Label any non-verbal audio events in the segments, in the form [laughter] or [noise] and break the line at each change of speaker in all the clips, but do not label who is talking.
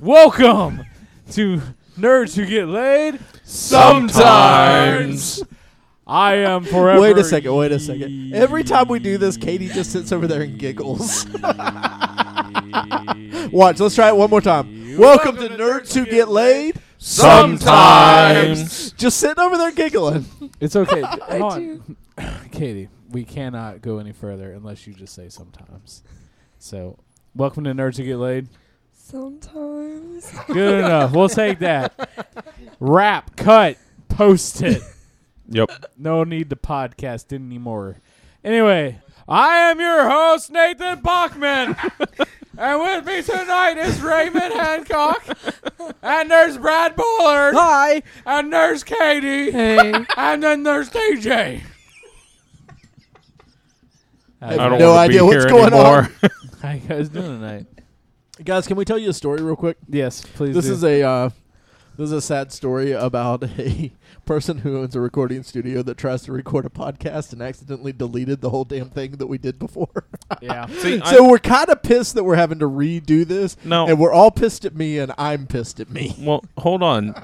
Welcome to Nerds Who Get Laid.
Sometimes.
I am forever.
Wait a second. Wait a second.
ye-
Every time we do this, Katie just sits over there and giggles. [laughs] Watch. Let's try it one more time. Welcome, to Nerds Who Get Laid.
Sometimes.
Just sitting over there giggling.
It's
[laughs]
okay. Hold on. [coughs] Katie, we cannot go any further unless you just say sometimes. So, welcome to Nerds Who Get Laid.
Sometimes.
[laughs]
Good enough. We'll take that. Wrap, cut, post it.
Yep.
No need to podcast anymore. Anyway, I am your host, Nathan
[laughs]
Bachman. and with me tonight is Raymond Hancock. And there's Brad Bullard. [laughs] Hi. And there's Katie. Hey. And then there's
[laughs]
DJ.
I don't
No
wanna
idea
be
what's
here
going
anymore.
on.
How you guys doing tonight?
Guys, can we tell you a story real quick?
Yes, please.
This is a uh, this is a sad story about [laughs] a person who owns a recording studio that tries to record a podcast and accidentally deleted the whole damn thing that we did before. [laughs]
yeah.
[laughs] See, I-
so we're kind of pissed that we're having to redo this.
No.
and we're all pissed at me, and I'm pissed at me.
well, hold on.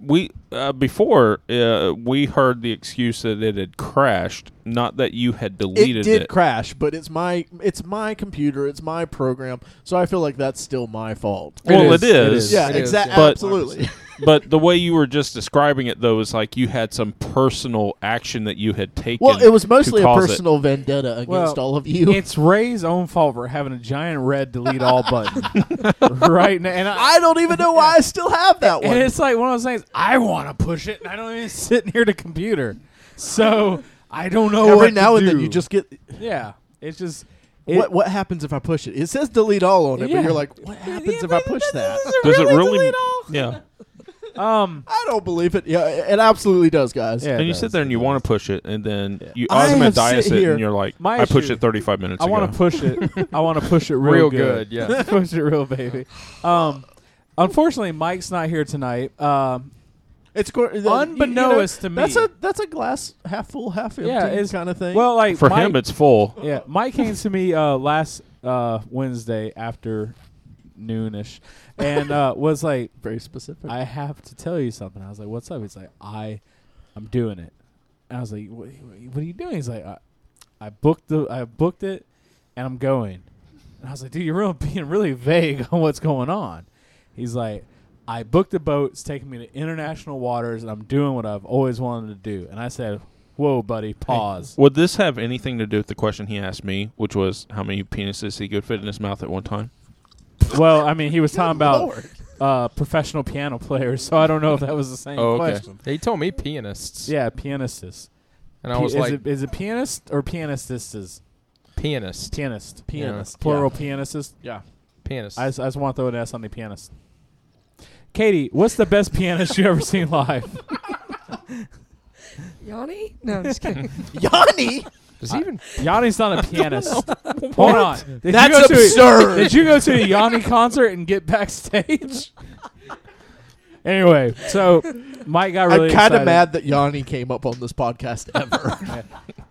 We uh, before uh, we heard the excuse that it had crashed, not that you had
It
deleted it.
did crash, but it's my it's my computer, it's my program, so I feel like that's still my fault.
well,
is,
it
it
is.
is.
Yeah,
It is,
exactly.
yeah.
Absolutely.
but the way you were just describing it though is like you had some personal action that you had taken.
[laughs] Well, it was
to
mostly a
cause it.
personal vendetta against
Well,
all of you.
It's Ray's own fault for having a giant red delete all button
[laughs]
right now. And I,
[laughs] I don't even know why I still have that one.
And it's like one of those things. I want to push it, and I don't even sit near the computer, so I don't know.
Every
what
now
to
and then
do.
you just get
yeah. It's just it-
what what happens if I push it? It says delete all on it,
Yeah.
but you're like, what happens if I push that?
Does it really? Yeah.
Um,
[laughs] I don't believe it. Yeah, it absolutely does, guys.
Yeah.
and you
does.
sit there and you want to push it, and then you
I have
automatize
sit
it,
here-
and you're like,
My
I pushed
issue-
it 35 minutes
I
ago.
want to push it. I want to push it real,
Real good, yeah.
[laughs] push it real, baby. Um, unfortunately, Mike's not here tonight. Um,
It's cor- the- you- you
Unbeknownst
know,
to
That's
me.
a that's a glass half full, half empty
yeah, it's
kind of thing.
Well, like
For
Mike-
him, it's full.
Yeah, Mike came to me uh, last uh, Wednesday after noonish, and uh, was like,
very specific.
"I have to tell you something." I was like, "What's up?" He's like, "I, I'm doing it." And I was like, "What, what are you doing?" He's like, I, "I booked the, I booked it, and I'm going." And I was like, "Dude, you're real, [laughs] being really vague on what's going on." He's like, "I booked the boat. It's taking me to international waters, and I'm doing what I've always wanted to do." And I said, "Whoa, buddy, pause."
Would this have anything to do with the question he asked me, which was how many penises he could fit in his mouth at one time?
[laughs] Well, I mean, he was
[laughs]
talking about
Lord.
uh, professional piano players, so I don't know if that was the same
Oh, okay.
question.
They told me pianists.
Yeah, pianists.
And I was
P- is,
like,
it, is it pianist or pianistists?
pianist.
Pianist.
Pianist,
Plural pianists.
yeah.
Pianist. [laughs]
I, just- I just want to throw an S on the pianist. Katie, what's the best pianist you ever seen live?
[laughs]
Yanni? No, I'm just
[laughs]
kidding.
[laughs]
Yanni,
Does he even.
Yanni's not a pianist. [laughs] Hold on. Did you
That's
go to a-
absurd.
did you go to a Yanni concert and get backstage? [laughs] anyway, so Mike got really
I'm kind of
excited.
mad that Yanni came up on
[laughs]
this podcast ever.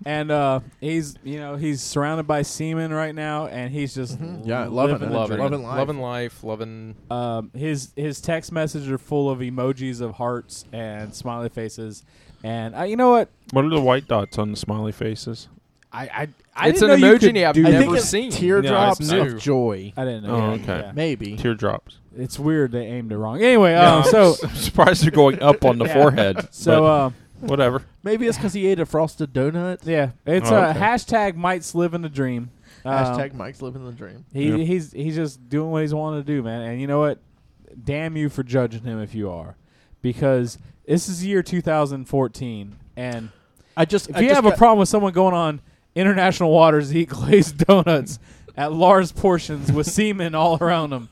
and uh, he's you know he's surrounded by semen right now, and he's just
Mm-hmm.
Yeah, loving
living
it.
the
Loving
dream.
it. life.
Loving life. Loving.
Um, his his text messages are full of emojis of hearts and smiley faces, and uh, you know what?
What are the white dots on the smiley faces?
I I, I
It's
didn't
an
know you
emoji
could
I've
do
never
that.
I think it's
seen.
teardrops
Yeah, it's
of
new.
joy.
I didn't know.
Oh,
yeah,
okay.
yeah.
Maybe
Teardrops.
It's weird they aimed it wrong. Anyway, um,
Yeah,
so
I'm surprised they're going
[laughs]
up on the
Yeah.
forehead.
so
but
um,
whatever.
maybe it's because he ate a frosted donut.
yeah, it's
Oh,
uh,
okay.
hashtag Mike's living the dream. Um,
Hashtag Mike's living the dream.
He,
Yeah.
He's he's just doing what he's wanting to do, man. And you know what? Damn you for judging him if you are, because this is the year 2014, and
I just
if
I
you
just
have
got-
a problem with someone going on international waters to eat glazed [laughs] donuts at large portions
[laughs]
with semen all around them,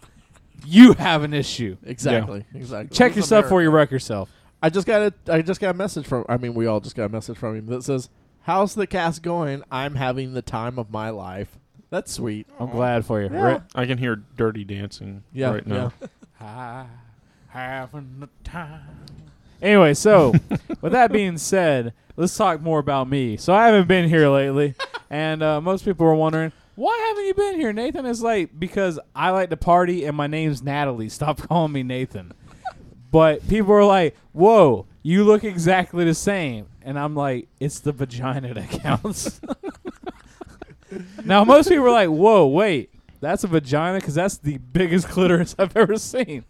you have an issue.
Exactly. Exactly.
Check
This is
yourself
America.
before you wreck yourself.
I just got a I just got a message from I mean we all just got a message from him that says, "How's the cast going? I'm having the time of my life." That's sweet.
I'm glad for you.
Yeah.
Rip.
I can hear dirty dancing
Yeah.
right now.
I having the time. Anyway, so with that being said, let's talk more about me. So I haven't been here lately, and uh, most people were wondering, Why haven't you been here, Nathan? It's like because I like to party and my name's Natalie. Stop [laughs] calling me Nathan. but people are like, "Whoa, you look exactly the same," and I'm like, "It's the vagina that counts." [laughs] now most people are like, "Whoa, wait, that's a vagina because that's the biggest clitoris I've ever seen."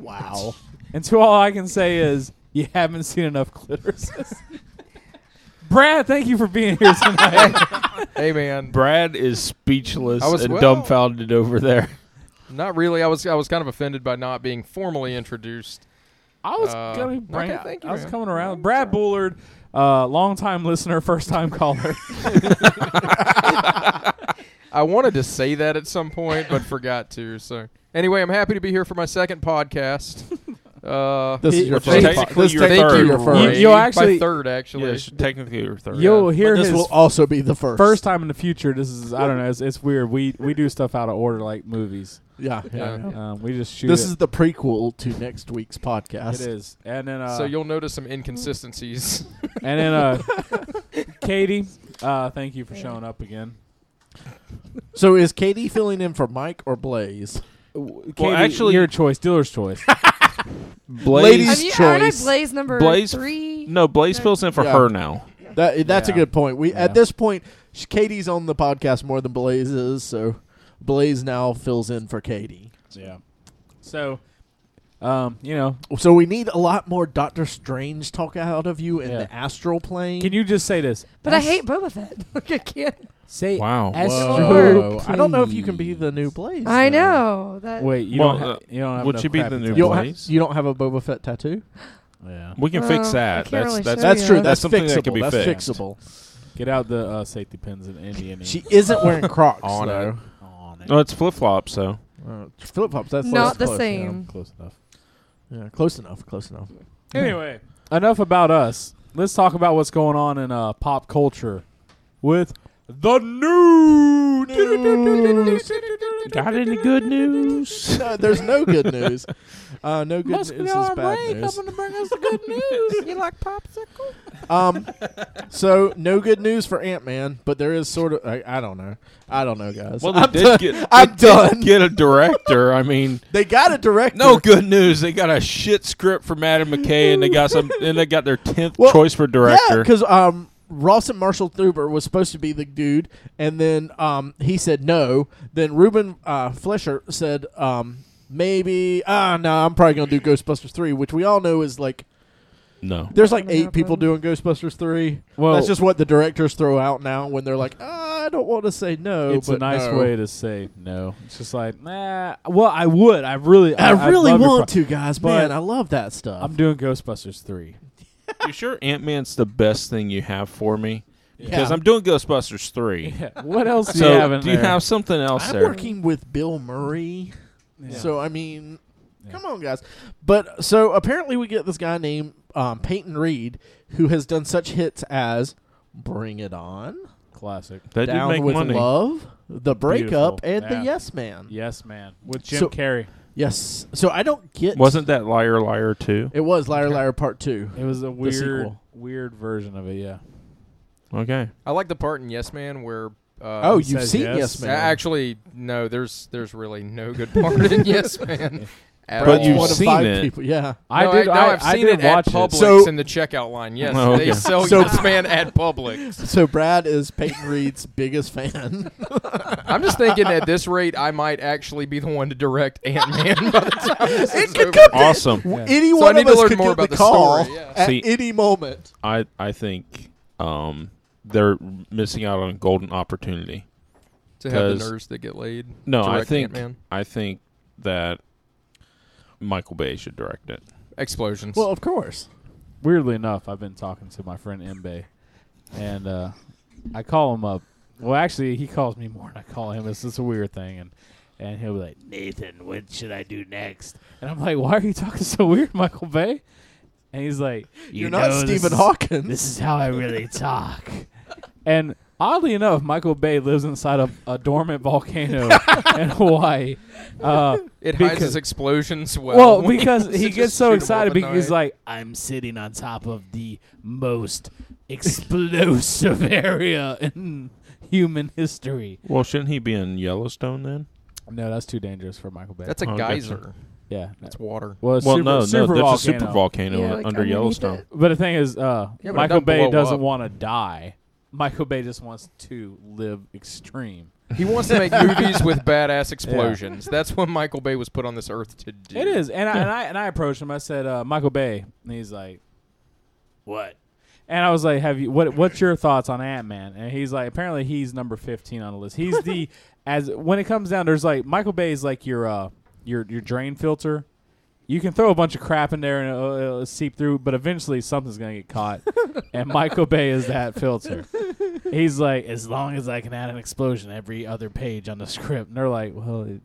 Wow.
And to all I can say is, you haven't seen enough clitorises. [laughs] Brad, thank you for being here tonight.
hey man,
Brad is speechless
I was-
and
well-
dumbfounded over there.
not really. I was I was kind of offended by not being formally introduced.
I was
Uh,
gonna bring.
okay, thank you,
I was
man.
coming around. Brad Bullard, uh, longtime listener, first time
[laughs]
caller.
I wanted to say that at some point, but forgot to. So anyway, I'm happy to be here for my
[laughs]
second podcast. Uh,
[laughs] This is
It-
your
which
first.
is
po-
technically
this
your
thank
technically
third.
you,
your
Ray.
You-
first.
you actually-
my third actually.
Yes, technically your third.
You'll
yeah.
hear
but this
his
will also be the first.
first time in the future. This is I don't know. It's, it's weird. We we do stuff out of order like movies.
Yeah. yeah.
Yeah.
Um, we just shoot.
This
it.
is the prequel to next week's podcast.
it is. And then uh,
so you'll notice some inconsistencies.
and then uh, Katie, uh, thank you for showing up again.
So is Katie filling in for Mike or Blaze?
Katie,
actually-
your choice, dealer's choice.
Blaze.
Ladies-
Have you, aren't I
choice.
Blaze number
Blaze-
three?
no, Blaze fills in for
Yeah.
her now.
That that's
Yeah.
a good point. We
Yeah.
at this point, sh- Katie's on the podcast more than Blaze is, so Blaze now fills in for Katie.
yeah. So, um, you know,
So we need a lot more Doctor Strange talk out of you in
Yeah.
the astral plane.
can you just say this?
But I
As-
hate Boba Fett. [laughs] Like I can't.
Say
Wow.
Astro.
I don't know if you can be the new Blaze.
I
though.
know that. [laughs]
Wait, you
Well,
don't. Ha-
uh,
you don't have.
would
enough
you be
crap
the
in
new
time.
You don't, ha-
Blaze?
you don't have a Boba Fett tattoo.
Yeah.
We can fix
Well, I can't
that. That's
really
that's
show
That's
yeah.
true. That's,
That's something
fixable.
that can be
that's
fixed.
fixable.
Get out the uh, safety pins and Indian.
She isn't
[laughs]
wearing Crocs
On
though.
on
Oh, no, it's flip flops. So
Flip flops. That's that's
Not the
close.
same.
close enough.
Yeah. yeah, close enough. Close
[laughs]
enough.
Anyway, enough about us. Let's talk about what's going on in uh, pop culture with the news.
got any good news?
[laughs] No, there's no good news. Uh, no good news is bad news.
to bring us the good
[laughs]
news.
You like popsicle?
[laughs]
Um, so no good news for Ant Man, but there is sort of I, I don't know. I don't know, guys.
[laughs] Well, they
I'm,
did
done.
get-
I'm
they did
done.
Get a director. I mean,
They got a director.
[laughs] no good news. They got a shit script for Madam McKay, and they got [laughs] some. And they got their tenth
Well,
choice for
Yeah,
director.
because um, Ross and Marshall Thuber was supposed to be the dude, and then um, he said no. Then Ruben uh, Flesher said um, maybe ah no, I'm probably gonna do Ghostbusters three, which we all know is like
no,
there's like
Never
eight people doing
happened.
Ghostbusters three.
Well,
That's just what the directors throw out now when they're like, ah, I don't want to say no.
it's
but
a nice
no.
way to say no. It's just like nah. Well, I would. I really.
I,
I'd
really
love your
want
pro-
to, guys, but
Man,
I love that stuff.
I'm doing Ghostbusters three.
[laughs] you sure Ant Man's the best thing you have for me? Because
Yeah.
I'm doing Ghostbusters three.
Yeah. [laughs] What else do you have?
So
In
do you
there?
have something else
I'm
there?
working with Bill Murray,
Yeah.
so I mean,
Yeah.
come on, guys. But so apparently we get this guy named um, Peyton Reed who has done such hits as "Bring It On,"
classic?
They do
"Down
make
with
money.
Love," "The Breakup,"
Beautiful.
and
Yeah.
"The Yes Man."
Yes, man. With Jim
So-
Carrey,
Yes. So I don't get.
Wasn't that Liar Liar [laughs] too?
it was Liar Liar Part Two?
it was a weird,
sequel.
weird version of it. Yeah.
Okay.
I like the part in Yes Man where. Uh,
oh,
he
you've
says
seen
yes.
Yes,
a-
Man?
actually no. There's there's really no good part [laughs] in Yes Man. at
But
all.
you've
one of
seen
five
it.
people. Yeah.
I
No,
did.
no,
I,
I've
I
seen
did
it
watch
at Publix
it.
So-
in the checkout line. Yes,
Oh, okay.
they sell
So-
Yes Man at Publix.
So Brad is Peyton Reed's biggest fan.
I'm just thinking at this rate, I might actually be the one to direct Ant Man by the time
[laughs]
this
It
is
could
over.
come
Awesome.
Yeah.
[laughs] Any
So I
one
need
of
to
us
learn
could
more
get
about
the
the
call
story, yeah.
at
See-
any moment.
I I think um they're missing out on a golden opportunity.
to have the
Because-
nerves that get laid.
No, I
direct
think
Ant-Man.
I think that Michael Bay should direct it.
explosions.
Well, of course.
Weirdly enough, I've been talking to my friend Mbe, and uh, I call him up. Well, actually, he calls me more, and I call him. It's just a weird thing, and and he'll be like, Nathan, what should I do next? And I'm like, Why are you talking so weird, Michael Bay? And he's like,
You're
"You
not
know this
Stephen
is-
Hawking.
This is how I really talk. [laughs] And oddly enough, Michael Bay lives inside a, a dormant [laughs] volcano in Hawaii. Uh,
it hides
because-
his explosions well. [laughs]
well, because
It
he
just
gets so
shoot 'em
excited
up at
because he's
night.
like, I'm sitting on top of the most explosive [laughs] area in human history.
Well, shouldn't he be in Yellowstone then?
No, that's too dangerous for Michael Bay.
That's a
Oh, gotcha.
geyser.
yeah. no.
That's water.
Well, it's
well,
super,
no,
super
no,
volcano.
that's a super volcano
Yeah, like
under
underneath
Yellowstone.
it.
But the thing is, uh,
Yeah, but it
Michael
doesn't
Bay
blow
doesn't
up.
want to die. Michael Bay just wants to live extreme.
He wants to
[laughs]
make movies with badass explosions. That's what Michael Bay was put on this earth to do.
It is, and I, and I and I approached him. I said, uh, "Michael Bay," and he's like, "What?" And I was like, "Have you what? What's your thoughts on Ant Man?" And he's like, "Apparently, he's number fifteen on the list. He's
[laughs]
the as when it comes down, there's like Michael Bay is like your uh your your drain filter. You can throw a bunch of crap in there and it'll, it'll seep through, but eventually something's gonna get caught. and Michael Bay is that filter. He's like, as long as I can add an explosion every other page on the script, and they're like, well. It,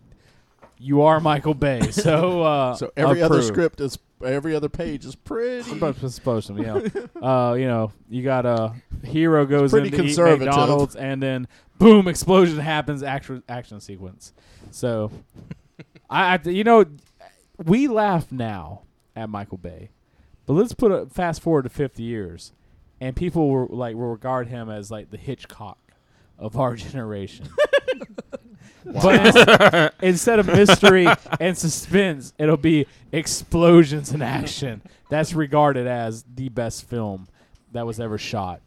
you are Michael Bay, so uh,
So every other
approve.
script is every other page is pretty.
Some bunch of explosion,
[laughs]
you know. uh, you know, you got a hero goes in
pretty
to eat
conservative.
McDonald's, and then boom, explosion happens. Action action sequence. So, I, I you know, we laugh now at Michael Bay, but let's put a fast forward to fifty years, and people were like will regard him as like the Hitchcock of our [laughs] generation. But ins- instead of mystery and suspense, it'll be explosions and action. That's regarded as the best film that was ever shot.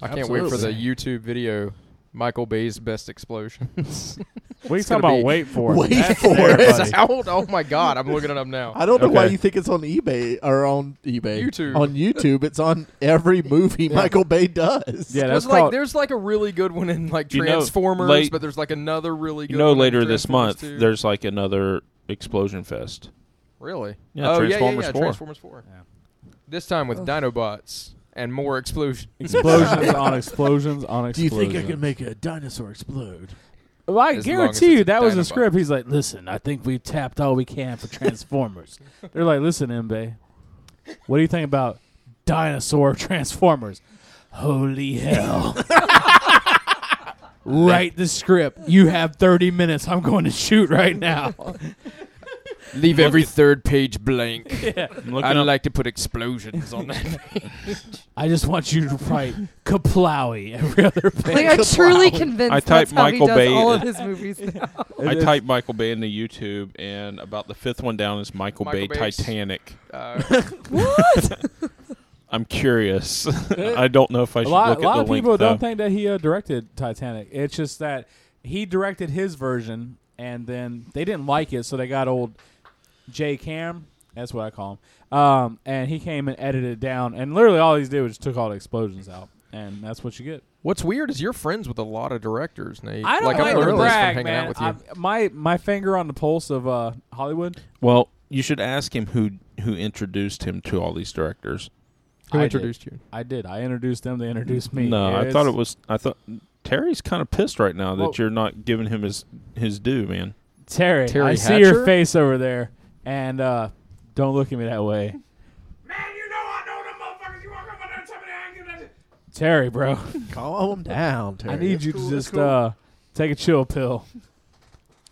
I can't wait for the
Absolutely.
YouTube video. Michael Bay's
[laughs]
best explosions.
What are you
It's
talking
gonna
about?
be-
Wait for it.
Wait
[laughs]
That's
for
there,
it.
buddy.
It's out. Oh my god, I'm looking it up now.
I don't know why
Okay.
you think it's on eBay or on eBay.
YouTube.
On YouTube, it's on
[laughs]
every movie Michael Bay does.
Yeah, that's
there's like
called-
there's like a really good one in like
You know,
Transformers,
late-
but there's like another really good.
You know,
one in
later this month,
Transformers too.
there's like another explosion fest.
really
Yeah,
oh,
Transformers
yeah, yeah,
4.
Transformers Four.
Yeah.
This time with
Ugh.
Dinobots and
[laughs]
more explosion.
explosions on explosions on
Do you
explosions.
think I can make a dinosaur explode?
Well, I
As long as
guarantee
it's
you
a
that was a
Dinobot.
script. He's like, listen, I think we've tapped all we can for Transformers.
[laughs]
They're like, listen, Mbe, what do you think about dinosaur [laughs] Transformers? Holy
[laughs]
hell. Write the script. You have 30 minutes. I'm going to shoot right
[laughs]
now.
[laughs] Leave every third page blank.
I'm [laughs] looking up-
like to put explosions on that.
[laughs]
[laughs]
I just want you to write Kaplowy every other
Like,
page.
I'm truly
Wow.
convinced
I
that's
typed
how
Michael
he does
Bay
all of
in-
his movies now.
I typed Michael Bay into YouTube, and about the fifth one down is Michael,
Michael
Bay
Bay's-
Titanic.
Uh,
I'm curious. [laughs] I don't know if I
A
should
lot,
look
a lot
at
of
the link.
people
though.
don't think that he uh, directed Titanic. It's just that he directed his version, and then they didn't like it, so they got old Jay Cam. That's what I call him. Um, and he came and edited it down, and literally all he's did was just took all the explosions out, and that's what you get.
What's weird is you're friends with a lot of directors, Nate.
I don't like,
I'm
to
learning this from
brag,
hanging out
man.
with you.
I'm- my my finger on the pulse of uh, Hollywood.
Well, you should ask him who who introduced him to all these directors.
Who
I
introduced you?
Did. I did. I introduced them. They introduced me.
No, I
It's-
thought it was. I thought Terry's kind of pissed right now that
Well-
you're not giving him his his due, man.
Terry,
Terry
I see your
Hatcher?
face over there, and uh, don't look at me that [laughs] way. Man, you know I know the motherfuckers. You walk up on that and I ain't Terry, bro,
Calm down, Terry.
I need
It's
you
cool,
to
it's
just
cool.
uh, take a chill pill.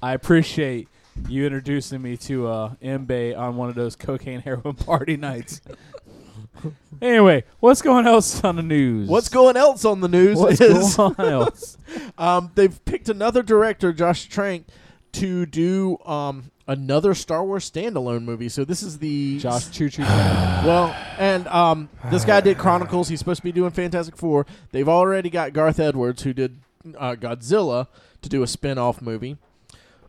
I appreciate you introducing me to uh, Mbe on one of those cocaine [laughs] heroin party nights. anyway, what's going else on the news?
What's going else on the news
What's
is
going
[laughs]
on else?
um, they've picked another director, Josh Trank, to do um, another Star Wars standalone movie. So this is the
Josh Choo Choo.
Well, and um, this guy did Chronicles. He's supposed to be doing Fantastic Four. They've already got Garth Edwards, who did uh, Godzilla, to do a spin off movie.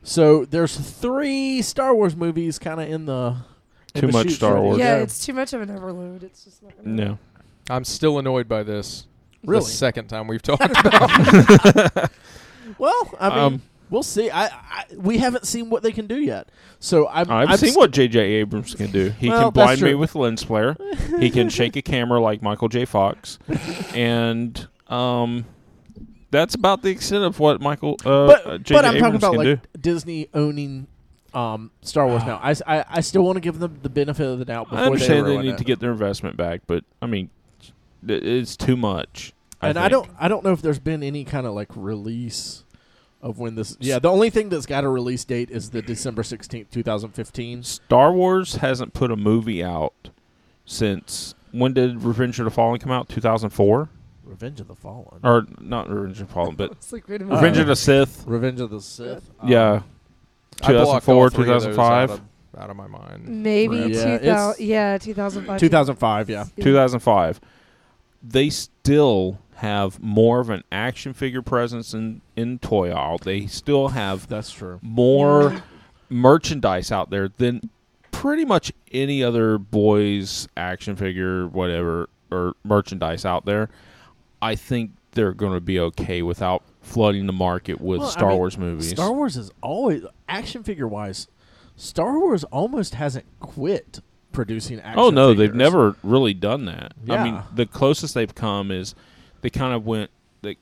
So there's three Star Wars movies kind of in the. in
Too
the
much
chutes
Star
ready to
Wars.
go.
yeah, it's too much of an overload. It's just not
[laughs]
gonna-
No, [laughs]
I'm still annoyed by this.
Really?
[laughs]
The second
[laughs]
time we've talked about it.
[laughs] Well, I mean,
Um,
we'll see. I, I we haven't seen what they can do yet. So I'm,
I've,
I'm
seen
s-
what J.J. Abrams can do. He
Well,
can
that's
blind me
true.
with lens flare.
[laughs]
he can shake a camera like Michael J. Fox,
[laughs]
and um, that's about the extent of what Michael uh,
But
uh, J.J.
but I'm talking
Abrams
about
can
like
do. Ah.
Disney owning. Um, Star Wars now. I, s- I- I still want to give them the benefit of the doubt before
I understand
they,
they,
ruin
need
it.
to get their investment back, but I mean, th- it's too much.
and I
think.
don't I don't know if there's been any kind of like release of when this yeah the only thing that's got a release date is the December sixteenth two thousand fifteen
Star Wars hasn't put a movie out since when did Revenge of the Fallen come out? 2004
Revenge of the Fallen.
or not Revenge of the Fallen,
[laughs]
but
It's like, wait a
Uh,
minute.
Revenge of the Sith.
Revenge of the Sith.
Yeah,
um, I blocked
2004,
all three of those
2005.
out of- out of my mind.
Maybe
Yeah,
two
it's-
thousand. Yeah, two thousand
Um,
five.
2005. Yeah.
2005. They still have more of an action figure presence in in toy aisle. They still have
That's true.
more merchandise out there than pretty much any other boys action figure whatever or merchandise out there i think they're going to be okay without flooding the market with
Well, I
star
mean,
wars movies
Star Wars is always action figure wise. Star Wars almost hasn't quit producing action.
oh no they've
figures.
never really done that i mean
Yeah.
the closest they've come is they kind of went they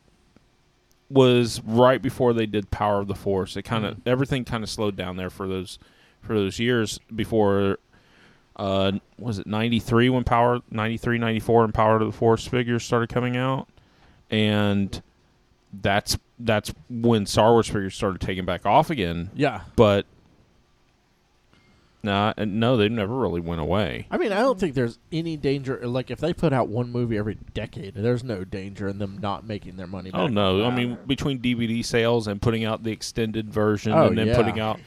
was right before they did power of the force it kind of
Mm-hmm.
everything kind of slowed down there for those for those years before uh was it 93 when power 93 94 and power of the force figures started coming out and that's that's when star wars figures started taking back off again
Yeah.
but nah, uh, no they never really went away
I mean, I don't think there's any danger. Like, if they put out one movie every decade, there's no danger in them not making their money back.
Oh no! I mean, between DVD sales and putting out the extended version,
Oh,
and then
yeah.
putting out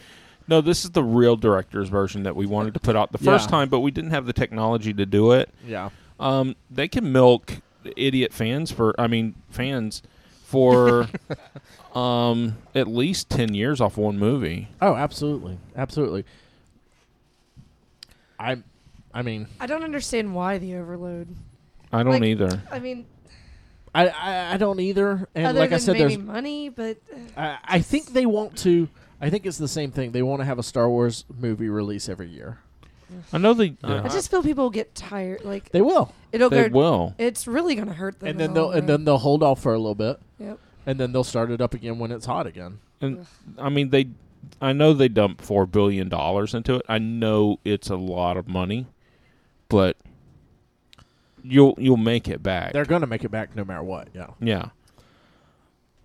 no, this is the real director's version that we wanted to put out the first
Yeah.
time, but we didn't have the technology to do it.
Yeah.
Um, they can milk idiot fans for, I mean, fans
[laughs]
for um, at least ten years off one movie.
Oh, absolutely, absolutely. I, I mean,
I don't understand why the overload.
I don't
Like-
either.
I mean,
I, I, I don't either. And
other
like
than
I said,
maybe
there's.
money, but uh,
I, I think they want to. I think it's the same thing. They want to have a Star Wars movie release every year.
I know they.
I just feel people get tired. Like
They will,
it'll
they
go.
will.
It's really gonna hurt them.
and then
in the
they'll
long
and then
run.
they'll hold off for a little bit,
Yep.
and then they'll start it up again when it's hot again.
And I mean, they. I know they dumped four billion dollars into it. I know it's a lot of money, but you'll you'll make it back.
They're going to make it back no matter what. Yeah.
yeah.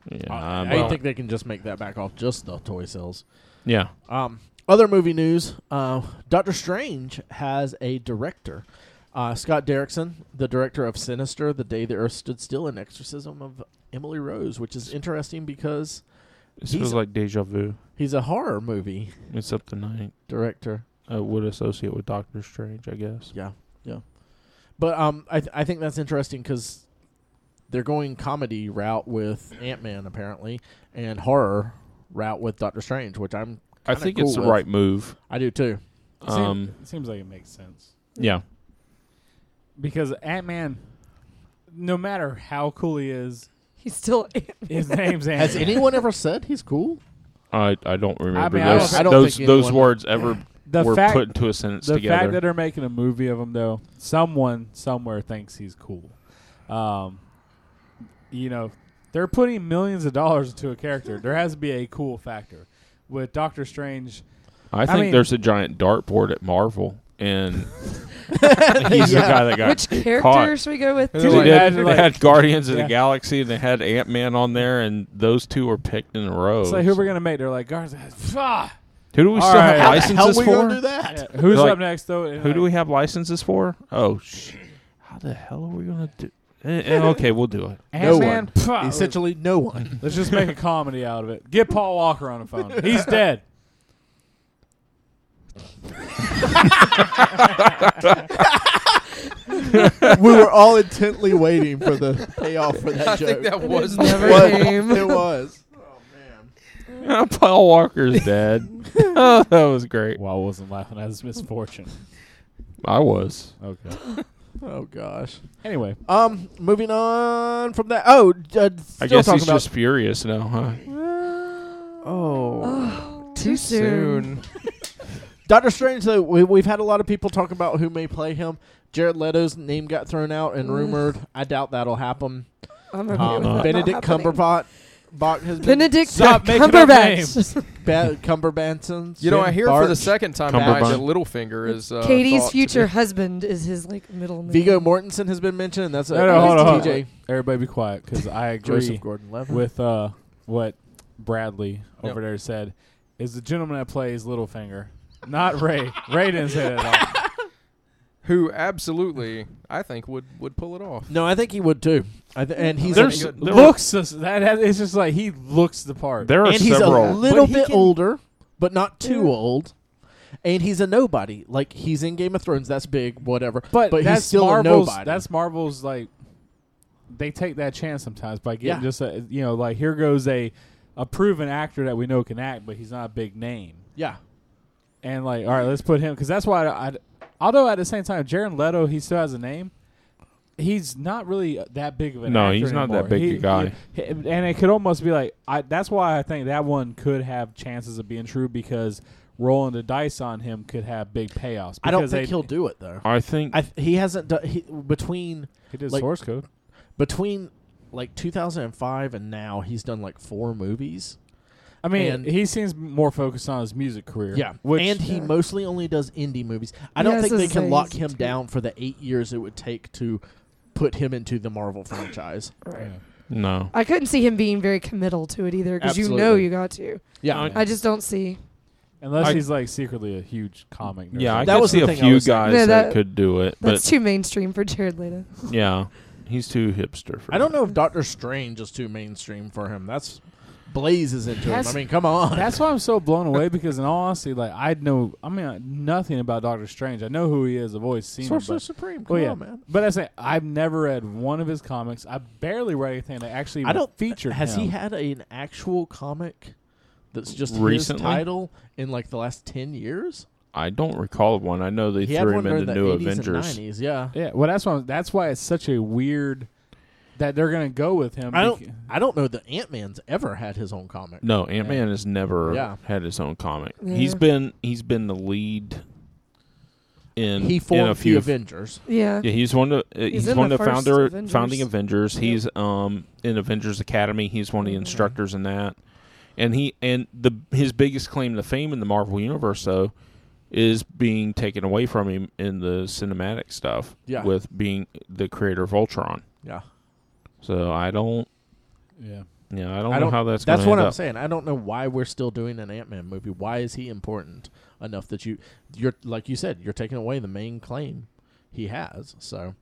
Yeah,
I,
I'm-
Uh, I think they can just make that back off just the toy sales.
yeah.
Um, other movie news: uh, Doctor Strange has a director. Uh, Scott Derrickson, the director of Sinister, The Day the Earth Stood Still, and Exorcism of Emily Rose, which is interesting because
This
He's-
feels like deja vu.
he's a horror movie
It's up the night.
director.
I would associate with Doctor Strange, I guess.
Yeah, yeah. But um, I th- I think that's interesting because they're going comedy route with Ant Man apparently, and horror route with Doctor Strange, which I'm
I
Kinda
think
cool
it's the
with.
right move.
I do too.
Um,
Seem- it seems like it makes sense
yeah,
because Ant Man, no matter how cool he is,
He's still. [laughs]
[laughs] his name's Ant.
[laughs] Has anyone ever said he's cool?
I I don't remember
mean, I don't-
those
I
don't
those
think
those
anyone-
words ever
the
were
fact
put into a sentence
the
together.
fact that they're making a movie of him though, someone somewhere thinks he's cool. Um, you know, they're putting millions of dollars into a character. There has to be a cool factor. With Doctor Strange,
I think
mean-
there's a giant dartboard at Marvel, and he's the guy that got
Which character
caught.
should we go with?
Who
They,
Dude,
Like,
did-
imagine,
they
like-
had Guardians of
Yeah.
the Galaxy and they had Ant Man on there, and those two were picked in a row.
it's like who we're gonna make? They're like, Guardians. Ah!
Who do we
All
still
right. How
have
the
How
licenses
we gonna do
for?
that?
Yeah, Who's
Like,
up next though? And
Who do
like,
we have licenses for? Oh, sh- how the hell are we gonna do? Eh, eh, okay, we'll do it.
No
Ant-Man? Pah!
Essentially, no one.
Let's just make a comedy out of it. Get Paul Walker on the phone. He's
[laughs]
dead.
we were all intently waiting for the payoff for that
I
joke.
think [laughs] that was
never-
never.
What? came.
it was.
[laughs] Paul Walker's dead. oh, that was great.
Well, I wasn't laughing at his misfortune.
I was.
Okay.
[laughs]
Oh gosh.
Anyway,
Um, moving on from that. Oh, uh,
I
still
guess
talking
he's
about.
just furious now, huh?
[gasps] oh,
too soon.
Doctor Strange. Though we, we've had a lot of people talk about who may play him. Jared Leto's name got thrown out and
Mm.
Ugh.
rumored. I doubt that'll happen.
I'm okay
Um,
with that
Benedict
not happening.
Cumberbatch. Bach has been
Benedict
Stop making up
Cumberbatch.
Ba- Cumberbatch.
You know, I hear for the second time tonight
Cumberbund.
that Littlefinger is
[laughs]
uh,
Katie's
thought to
future
be-
husband is his like middle name.
Vigo Mortensen has been mentioned. And that's a
No, no, hold on, hold on.
TJ
everybody be quiet because I agree
Joseph Gordon-Levitt.
with uh, what Bradley over
Yep.
there said. Is the gentleman that plays Littlefinger, not Ray. Ray didn't say that at all.
who absolutely I think would would pull it off.
No, I think he would too. I th- and he's
There's-
a, [laughs]
there
looks us- that, that it's just like he looks the part.
There are
and he's
several.
a little
But he
bit
can-
older, but not too
Yeah.
old. And he's a nobody. Like he's in Game of Thrones. That's big. Whatever.
but
but
that's
he's still
Marvel's.
a nobody.
That's Marvel's like they take that chance sometimes by getting
Yeah.
just a you know like here goes a a proven actor that we know can act, but he's not a big name.
yeah.
And like all right, let's put him because that's why I, I'd- although at the same time, Jared Leto he still has a name. He's not really that big of an
No,
actor
he's not that
anymore.
big a
He-
guy.
he- and it could almost be like I. That's why I think that one could have chances of being true because rolling the dice on him could have big payoffs.
I don't
because
think
they-
he'll do it though.
I think
I th- he hasn't done he, between
He did
like-
source code.
between like 2005 and now. He's done like four movies.
I mean,
and-
he seems more focused on his music career.
Yeah,
which
and he
Yeah.
mostly only does indie movies. I
Yeah,
don't
I was
think they
gonna
can
say,
lock
he's-
him down for the eight years it would take to put him into the Marvel franchise.
yeah.
no.
I couldn't see him being very committal to it either because you know
Absolutely.
you got to.
Yeah,
Oh,
I-
I just don't see.
unless
I-
he's like secretly a huge comic. Nerd.
Yeah, I
Like,
That
could
was
see
the
a
thing I
few
was saying.
guys
No,
that
that-
could do it, but
That's too mainstream for Jared Leto.
yeah, he's too hipster for
I don't know if Doctor Strange is too mainstream for him. That's blazes into him. I
That's-
mean, come on.
That's why I'm so blown away because, in all honesty, like I know, I mean, I- nothing about Doctor Strange. I know who he is. I've always seen him,
Sorcerer
but,
Supreme.
oh
Come
yeah,
on, man.
But I say I've never read one of his comics. I barely read anything that actually
I don't
feature.
Has
him.
he had an actual comic that's just
Recently?
his title in like the last ten years?
I don't recall one. I know they
he had
threw
one
him
during
into
the
New
80s and
Avengers.
90s. Yeah,
Yeah, well, that's why. That's why it's such a weird that they're gonna go with him.
I don't.
beca-
I don't know that Ant Man's ever had his own comic.
No, Ant Man has never
Yeah.
had his own comic.
Yeah.
He's been he's been the lead in
he
in
formed
a few
the Avengers.
Yeah.
Yeah, he's one of the, uh, he's,
in
one
the
of the
first
founder
Avengers.
founding Avengers.
Yep.
He's um in Avengers Academy. He's one of
Mm-hmm.
the
Mhm.
instructors in that, and he and the his biggest claim to fame in the Marvel universe though is being taken away from him in the cinematic stuff
Yeah.
with being the creator of Ultron.
Yeah,
So I don't,
Yeah,
yeah, I don't,
I
know
don't-
how that's
that's
gonna
what
end
I'm
up.
saying. I don't know why we're still doing an Ant Man movie. Why is he important enough that you you're like you said you're taking away the main claim he has? So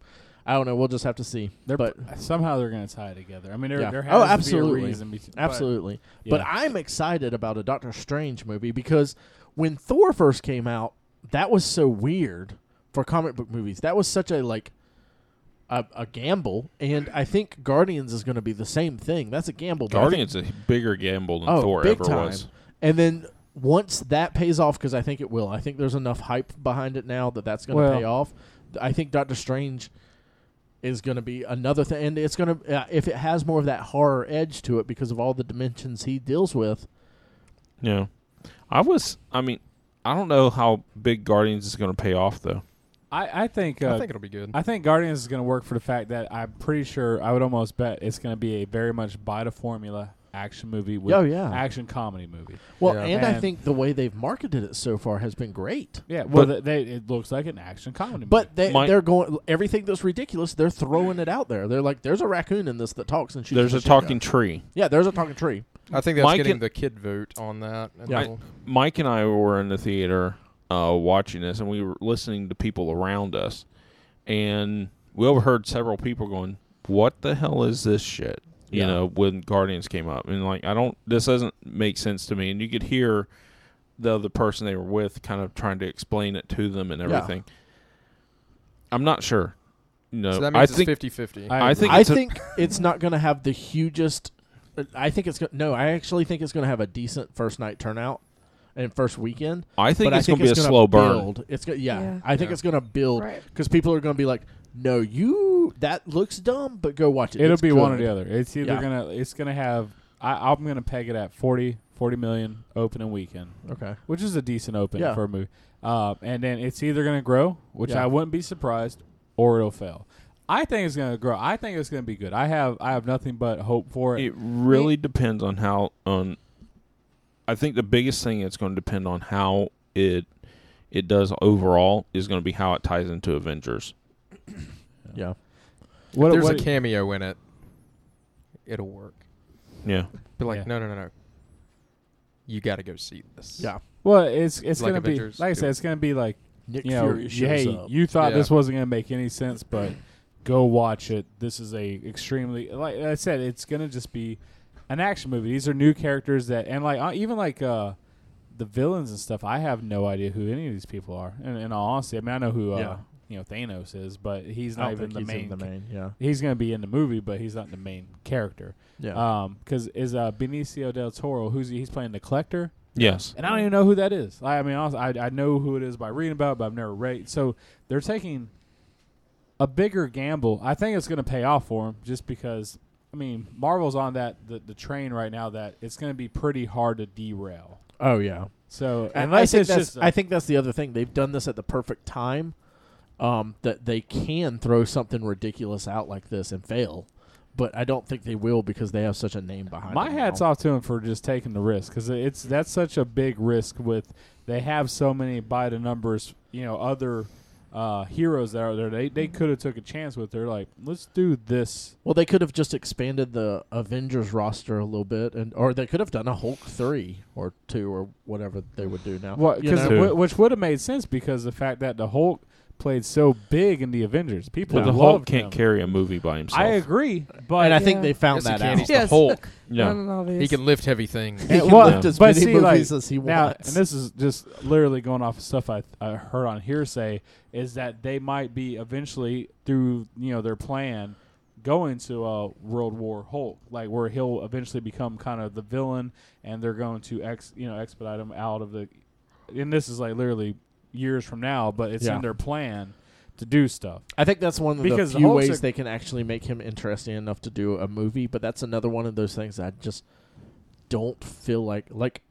I don't know. We'll just have to see.
they're
but
somehow they're gonna tie it together. I mean, there,
Yeah.
there
Oh,
has to
absolutely.
be a reason. bet-
absolutely.
yeah.
But I'm excited about a Doctor Strange movie because when Thor first came out, that was so weird for comic book movies. That was such a like a, a gamble, and I think Guardians is going to be the same thing. That's a gamble. but I think-
Guardian's a bigger gamble than
Oh,
Thor ever was.
And then once that pays off, because I think it will. I think there's enough hype behind it now that that's going to
Well-
pay off. I think Doctor Strange is going to be another thing, and it's going to uh, if it has more of that horror edge to it because of all the dimensions he deals with.
Yeah, I was. I mean, I don't know how big Guardians is going to pay off though.
I, I think. Uh,
I think it'll be good.
I think Guardians is going to work for the fact that I'm pretty sure I would almost bet it's going to be a very much by the formula action movie with
Oh, yeah.
action comedy movie.
Well,
Yeah.
and I
And-
think the way they've marketed it so far has been great.
Yeah, well,
But-
they, it looks like an action comedy.
But they,
My-
they're going everything that's ridiculous. They're throwing it out there. They're like, "There's a raccoon in this that talks and shoots."
There's a
machine gun."
talking tree.
Yeah, there's a talking tree.
I think that's
Mike
getting
and-
the kid vote on that. and
Yeah.
that'll-
Mike and I were in the theater uh, watching this, and we were listening to people around us, and we overheard several people going, "What the hell is this shit?" You
Yeah.
know, when Guardians came up, and like, I don't. This doesn't make sense to me, and you could hear the other person they were with kind of trying to explain it to them and
Yeah.
everything. I'm not sure. No,
so that
Uh, I
means it's
think
50 50.
I
I think
I
it's a-
think it's not going to have the hugest. uh, I think it's go- no. I actually think it's going to have a decent first night turnout and first weekend.
I think
but
it's
I think
going to be a
it's gonna
slow burn.
build. It's go- yeah,
Yeah.
I think
Yeah.
it's going to build
Right.
because people are going to be like, "No, you that looks dumb," but go watch it.
It'll
It's
be one or
good."
the other. It's either
Yeah.
gonna it's gonna have I, I'm gonna peg it at 40, 40 million opening weekend,
Okay.
which is a decent open
Yeah.
for a movie. Uh, and then it's either gonna grow, which
Yeah.
I wouldn't be surprised, or it'll fail. I think it's gonna grow. I think it's gonna be good. I have I have nothing but hope for it.
It really depends on how on. I think the biggest thing it's going to depend on how it it does overall is going to be how it ties into Avengers.
Yeah.
What,
There's
what-
a cameo in it. It'll work.
Yeah,
Be like,
Yeah.
no, no, no, no. You got to go see this.
Yeah.
Well, it's it's
Like
gonna
Avengers
be like I
do.
said, it's gonna be like
Nick
you know,
Fury shows
hey,
up.
you thought
Yeah.
this wasn't going to make any sense, but go watch it. This is a extremely like I said, it's going to just be an action movie. These are new characters that, and like uh, even like uh, the villains and stuff. I have no idea who any of these people are. In, in all honesty, I mean, I know who uh,
Yeah.
you know Thanos is, but he's
I don't
not even
think
the
he's
main.
in the main. Yeah,
He's going to be in the movie, but he's not the main character.
yeah.
Um, because is uh Benicio del Toro, who's he- he's playing the collector,
Yes.
and I don't even know who that is. I, I mean, honestly, I I know who it is by reading about, it, but I've never read. So they're taking a bigger gamble. I think it's going to pay off for them, just because. I mean, Marvel's on that the, the train right now that it's going to be pretty hard to derail.
oh yeah.
So
And I
unless
think
it's
that's
just, a-
I think that's the other thing. They've done this at the perfect time. Um, that they can throw something ridiculous out like this and fail, but I don't think they will because they have such a name behind.
my
them
hats
now.
off to him for just taking the risk because it's that's such a big risk with they have so many by the numbers you know other uh, heroes that are there they they could have took a chance with they're like let's do this
Well, they could have just expanded the Avengers roster a little bit, and or they could have done a Hulk three or two or whatever they would do now.
what
You
because
know?
which would have made sense because the fact that the Hulk played so big in the Avengers people
But the Hulk
loved
can't
him.
carry a movie by himself.
I agree but
and I think
Yeah.
they found
Yes, he
that
can.
out.
[laughs]
He's
Yes.
the Hulk.
Yeah.
um,
Not an obvious.
He can lift heavy things.
He can
Well,
lift as
but
many
see,
movies
like,
as he
Now,
wants.
and this is just literally going off of stuff I, I heard on hearsay, is that they might be eventually through you know their plan going to a World War Hulk, like where he'll eventually become kind of the villain, and they're going to ex you know expedite him out of the. And this is like literally years from now, but it's
Yeah.
in their plan to do stuff.
I think that's one of
Because
the
the
few
Hulk's
ways
a-
they can actually make him interesting enough to do a movie. But that's another one of those things I just don't feel like like.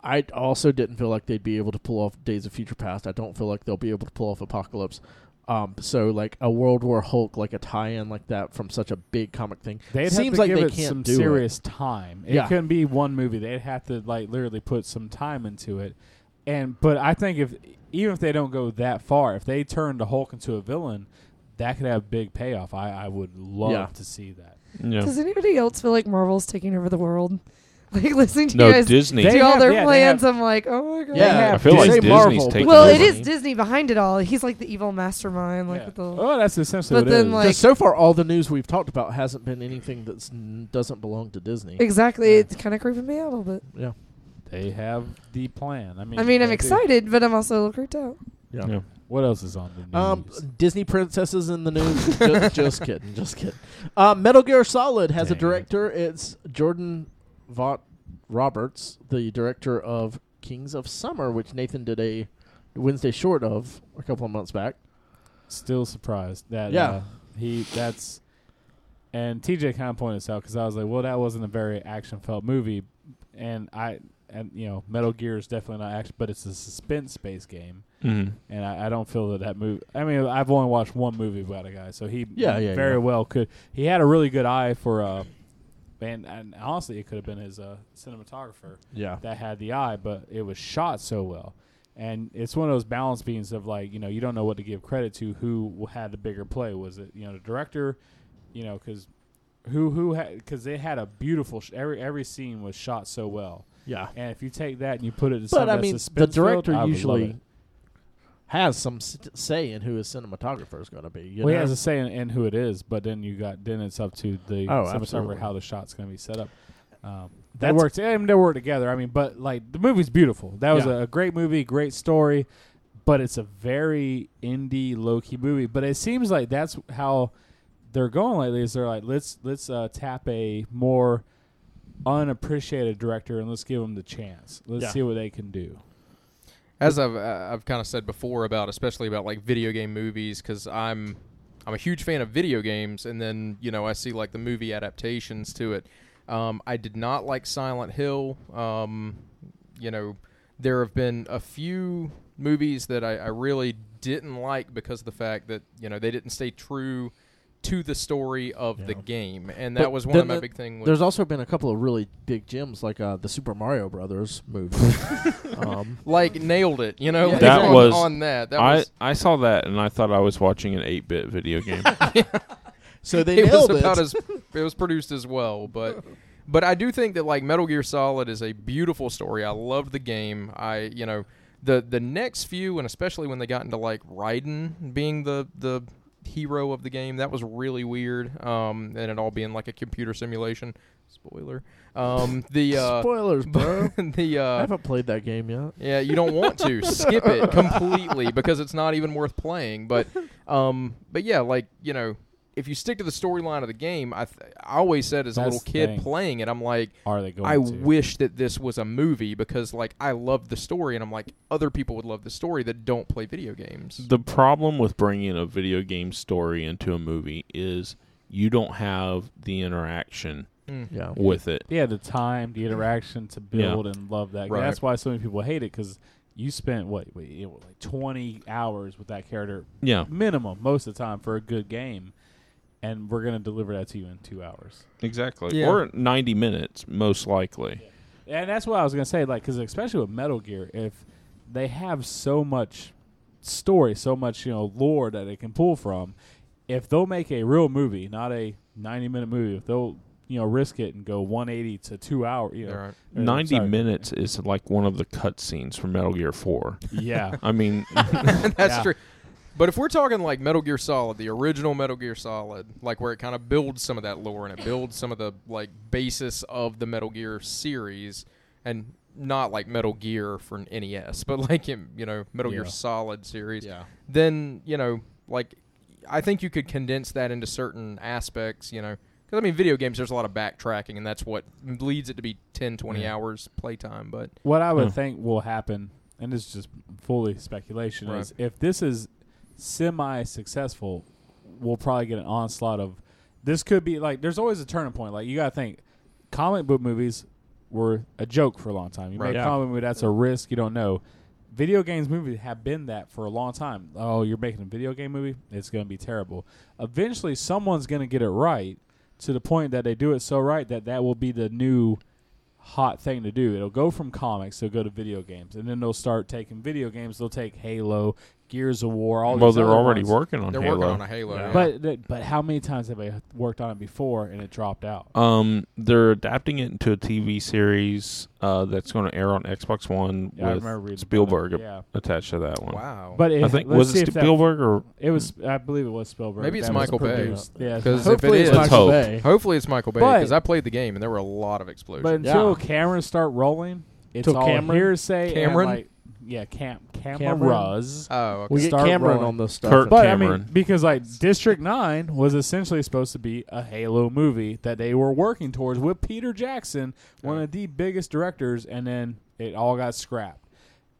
I also didn't feel like they'd be able to pull off Days of Future Past. I don't feel like they'll be able to pull off Apocalypse. Um, so like a World War Hulk, like a tie-in like that from such a big comic thing.
They'd
Seems
have to
like
give
they
it
can't
some
do it.
serious time. It
Yeah.
couldn't be one movie. They'd have to like literally put some time into it. And but I think if even if they don't go that far, if they turn the Hulk into a villain, that could have big payoff. I, I would love
Yeah.
to see that.
yeah.
Does anybody else feel like Marvel's taking over the world? [laughs] Like listening to
No,
you guys
Disney.
They
do all
have-
their
yeah, they
plans,
have-
I'm like, oh my god.
Yeah.
I feel
You
like
say
Disney's
Marvel,
taking
Well,
over.
it is Disney behind it all. He's like the evil mastermind, like
Yeah.
with the
oh, that's essentially
But
what it
then,
is.
like-
'Cause so far, all the news we've talked about hasn't been anything that doesn't belong to Disney.
Exactly.
Yeah.
It's kind of creeping me out a little bit.
yeah,
they have the plan. I mean,
I mean,
they
I'm
do.
excited, but I'm also a little creeped out.
yeah.
Yeah.
What else is on the news?
Um, Disney princesses in the news. just, just kidding, just kidding. Uh, Metal Gear Solid has
Dang
a
it.
director. It's Jordan Vaught Roberts, the director of Kings of Summer, which Nathan did a Wednesday short of a couple of months back.
Still surprised that
Yeah.
uh, he that's and TJ kind of pointed this out because I was like, well, that wasn't a very action felt movie, and I and you know Metal Gear is definitely not action, but it's a suspense based game,
Mhm.
and I, I don't feel that that movie. I mean, I've only watched one movie about a guy, so he
Yeah, yeah,
very
yeah.
well could. He had a really good eye for uh, and and honestly, it could have been his uh cinematographer
Yeah,
that had the eye, but it was shot so well. And it's one of those balance beams of like, you know, you don't know what to give credit to who w- had the bigger play. Was it, you know, the director, you know, because who, who had, because they had a beautiful, sh- every, every scene was shot so well.
yeah.
And if you take that and you put it in
But
something
I
that's
mean, the
suspense-filled,
director
I would love
usually
it.
has some s- say in who his cinematographer is going to be. You
well,
know?
he has a say in, in who it is, but then you got, then it's up to the
Oh, absolutely.
cinematographer how the shot's going to be set up. Um, they
That's-
worked. And they work together. I mean, but like the movie's beautiful. That was
Yeah.
a, a great movie, great story, but it's a very indie, low key movie. But it seems like that's how they're going lately. Is they're like let's let's uh, tap a more unappreciated director and let's give them the chance. Let's
Yeah.
see what they can do.
as I've uh, I've kind of said before about especially about like video game movies because I'm I'm a huge fan of video games and then you know I see like the movie adaptations to it. Um, I did not like Silent Hill. Um, you know, there have been a few movies that I, I really didn't like because of the fact that you know they didn't stay true to the story of the
Yeah.
game, and
But
that was one of
then
my
the-
big thing. With,
There's also been a couple of really big gems, like uh, the Super Mario Brothers movie. um,
like nailed it, you know.
Yeah,
like,
That
on,
was-
on that. That
I,
was
I saw that and I thought I was watching an 8 bit
[laughs]
video game.
[laughs]
so they
it was
nailed
about
it.
as it was produced as well, but but I do think that like Metal Gear Solid is a beautiful story. I loved the game. I you know the the next few, and especially when they got into like Raiden being the the hero of the game, that was really weird. Um, and it all being like a computer simulation. Spoiler. Um, the uh,
Spoilers, bro.
[laughs] the
I
uh,
haven't played that game yet.
yeah, you don't
[laughs]
want to skip it completely because it's not even worth playing. But, um, but yeah, like you know, if you stick to the storyline of the game, I, th- I always said as a
That's
little
the
kid
thing.
playing it, I'm like,
Are they going
I
to?
wish that this was a movie because like I love the story, and I'm like, other people would love the story that don't play video games.
The problem with bringing a video game story into a movie is you don't have the interaction
Mm.
Yeah.
with it.
Yeah, the time, the interaction to build and love that.
Right.
That's why so many people hate it because you spent what, wait, it was like twenty hours with that character
Yeah,
minimum most of the time for a good game, and we're gonna deliver that to you in two hours.
exactly.
Yeah.
Or 90 minutes, most likely.
And that's what I was gonna say, like, because especially with Metal Gear, if they have so much story, so much you know lore that they can pull from, if they'll make a real movie, not a ninety-minute movie, if they'll you know risk it and go one eighty to two hour, you know,
All right.
or-
90
sorry.
minutes is like one of the cutscenes from Metal
[laughs]
Gear 4. [laughs]
yeah,
I mean,
That's
Yeah.
true. But if we're talking like Metal Gear Solid, the original Metal Gear Solid, like where it kind of builds some of that lore and it builds some of the like basis of the Metal Gear series, and not like Metal Gear for NES, but like in, you know Metal Gear
Yeah.
Solid series,
Yeah.
then you know like I think you could condense that into certain aspects, you know. Because I mean, video games, there's a lot of backtracking, and that's what leads it to be 10, 20
Yeah.
hours playtime. But
What I would
Yeah.
think will happen, and this is just fully speculation,
Right.
is if this is semi successful, we'll probably get an onslaught of. This could be like there's always a turning point. Like you gotta think, comic book movies were a joke for a long time. You
Right.
make
Yeah.
a comic movie, that's a risk. You don't know. Video games movies have been that for a long time. Oh, you're making a video game movie? It's gonna be terrible. Eventually, someone's gonna get it right to the point that they do it so right that that will be the new hot thing to do. It'll go from comics, they'll go to video games, and then they'll start taking video games. They'll take Halo, Gears of War, all.
[laughs] well,
these
they're
other
already
ones.
working on
they're
Halo.
working on a Halo.
Yeah.
yeah.
But th- but how many times have they worked on it before and it dropped out?
Um, they're adapting it into a TV series uh, that's going to air on Xbox One
Yeah, I
with
remember reading about
Spielberg
it. Yeah,
attached to that one.
wow.
but it,
I think
let's
was
see
it
if that-
Spielberg or
It was, I believe it was Spielberg.
Maybe it's
that was
Michael Bay.
produced. Yeah,
'Cause if
Hopefully
it
it's
is-
Let's
Michael
hope.
Bay.
Hopefully it's Michael Bay
But-
because I played the game and there were a lot of
But
explosions.
until cameras start rolling, it's
Till
all
Cameron?
hearsay.
Cameron?
And like, yeah, cam-
Cameron?
cameras.
oh, okay.
We get
Start
Cameron
rolling.
on this stuff.
Kurt-
But I
Cameron.
mean, because like District Nine was essentially supposed to be a Halo movie that they were working towards with Peter Jackson, one of the biggest directors, and then it all got scrapped.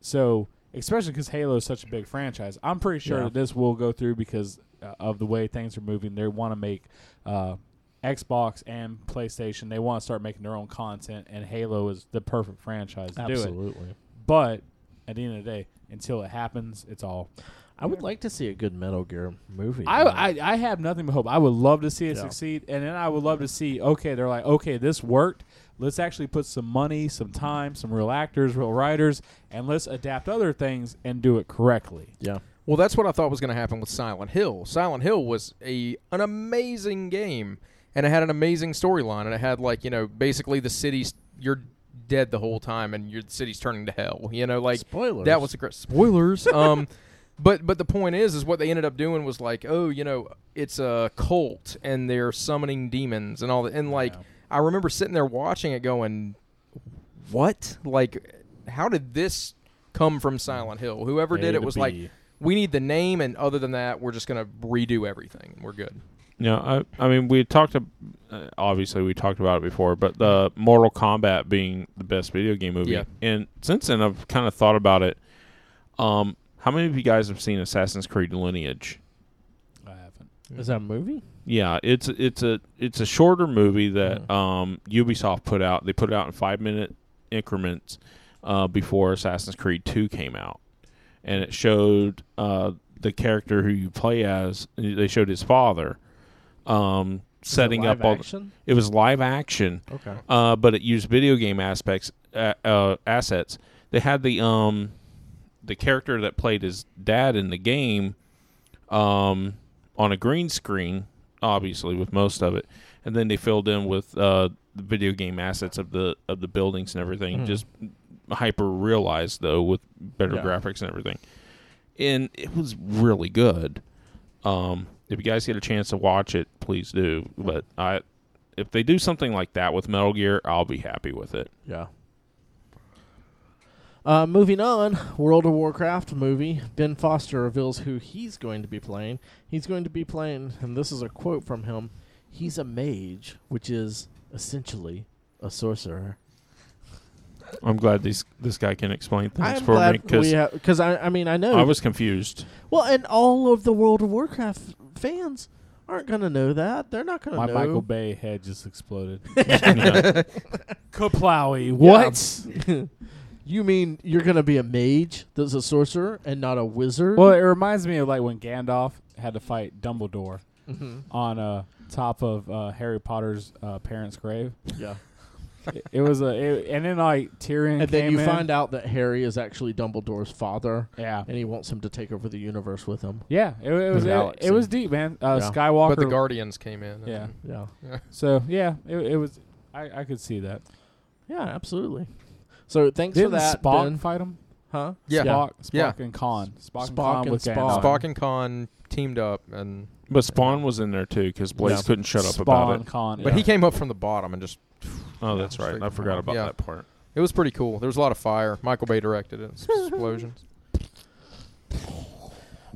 So, especially because Halo is such a big franchise, I'm pretty sure
Yeah.
that this will go through because uh, of the way things are moving. They want to make uh, Xbox and PlayStation. They want to start making their own content, and Halo is the perfect franchise to do it.
Absolutely.
But at the end of the day, until it happens, it's all
I would like to see a good Metal Gear movie.
I,
man.
I I have nothing but hope. I would love to see it
Yeah.
succeed, and then I would love to see. Okay, they're like, okay, this worked. Let's actually put some money, some time, some real actors, real writers, and let's adapt other things and do it correctly.
yeah.
Well, that's what I thought was going to happen with Silent Hill. Silent Hill was a an amazing game, and it had an amazing storyline, and it had like you know basically the city's you're dead the whole time, and your the city's turning to hell. You know, like
Spoilers.
that was a great spoilers. [laughs] um, but but the point is, is what they ended up doing was like, oh, you know, it's a cult, and they're summoning demons and all that, and like
Yeah.
I remember sitting there watching it, going, what? Like, how did this come from Silent Hill? Whoever did
A
it
to
was like
B.
we need the name, and other than that, we're just gonna redo everything. and We're good.
Yeah, I, I mean, we talked. ab- Uh, obviously, we talked about it before, but the Mortal Kombat being the best video game movie,
Yeah.
and since then, I've kind of thought about it. Um, how many of you guys have seen Assassin's Creed Lineage?
I haven't.
Is that a movie?
Yeah, it's it's a it's a shorter movie that
Mm-hmm.
um, Ubisoft put out. They put it out in five minute increments uh, before Assassin's Creed Two came out, and it showed uh, the character who you play as. They showed his father um, setting up all. the-
action.
it was live action,
okay.
uh, but it used video game aspects uh, uh, assets. They had the um, the character that played his dad in the game um, on a green screen, obviously with most of it, and then they filled in with uh, the video game assets of the of the buildings and everything,
Mhm.
just hyper realized though with better
Yeah.
graphics and everything, and it was really good. Um, if you guys get a chance to watch it, please do. But I, if they do something like that with Metal Gear, I'll be happy with it.
Yeah. Uh, moving on, World of Warcraft movie. Ben Foster reveals who he's going to be playing. He's going to be playing, and this is a quote from him he's a mage, which is essentially a sorcerer.
I'm glad this this guy can explain things
I'm
for
glad
me because
because I, I mean, I know.
I
[laughs]
was confused.
well, and all of the World of Warcraft fans aren't going to know that. They're not going to
My
know.
Michael Bay head just
[laughs]
exploded.
Yeah.
Kaplowy. What?
[laughs] you mean you're going to be a mage that's a sorcerer and not a wizard?
Well, it reminds me of like when Gandalf had to fight Dumbledore
Mhm.
on uh, top of uh, Harry Potter's uh, parents' grave.
Yeah.
It, it was a, it, and then like Tyrion
and then
came
you
in.
find out that Harry is actually Dumbledore's father,
yeah,
and he wants him to take over the universe with him.
yeah. It, it was it,
Galaxy.
it was deep, man. Uh,
Yeah.
Skywalker.
But the Guardians came in. and-
Yeah.
Yeah,
so yeah, it, it was. I, I could see that.
yeah, absolutely. So thanks
Didn't
for that,
Spock
Ben.
fight him?
Huh?
Yeah.
Spock, Spock
Yeah.
and Khan. Spock, and
Spock
Khan
and
with
Spock.
Gandalf.
Spock and Khan teamed up, and
But Spawn was in there too because Blaze
Yeah.
couldn't shut up
Spawn,
about it.
Khan.
but
yeah.
he came up from the bottom and just.
Oh, that's
Yeah,
right.
straight
I
from
forgot
Home.
about
Yeah.
that part.
It was pretty cool. There was a lot of fire. Michael Bay directed it.
[laughs]
Explosions.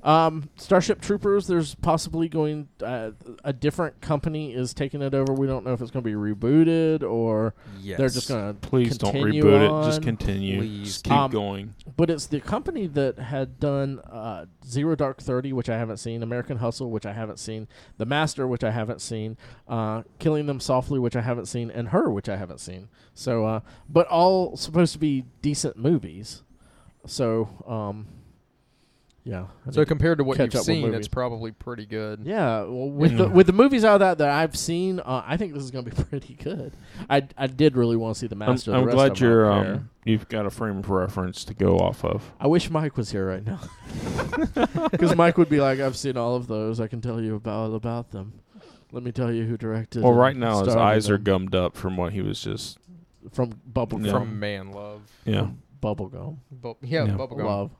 Um, Starship Troopers. There's possibly going uh, a different company is taking it over. We don't know if it's going to be rebooted or
Yes.
they're just going to
Please don't
continue
reboot it. Just
on.
continue.
Please.
Just keep
Um,
going.
But it's the company that had done uh, Zero Dark Thirty, which I haven't seen, American Hustle, which I haven't seen, The Master, which I haven't seen, uh, Killing Them Softly, which I haven't seen, and Her, which I haven't seen. So, uh, but all supposed to be decent movies. So, um, yeah. I
So
need-
compared to what
catch
you've
up with
seen,
movies.
it's probably pretty good.
yeah, well, with the
Mm.
with the movies out of that that I've seen, uh, I think this is going to be [laughs] pretty good. I, I did really want to see The
I'm,
Master.
I'm
the rest of them
glad
I
you're
don't care.
um, you've got a frame of reference to go off of.
I wish Mike was here right now. [laughs] Because Mike would be like, I've seen all of those. I can tell you about about them. Let me tell you who directed.
Well,
and
right now his
starred in
eyes are
them."
gummed up from what he was just.
from bubblegum.
Yeah.
From Man Love.
Yeah,
bubblegum.
Bu- yeah,
Yeah.
bubblegum.
Love.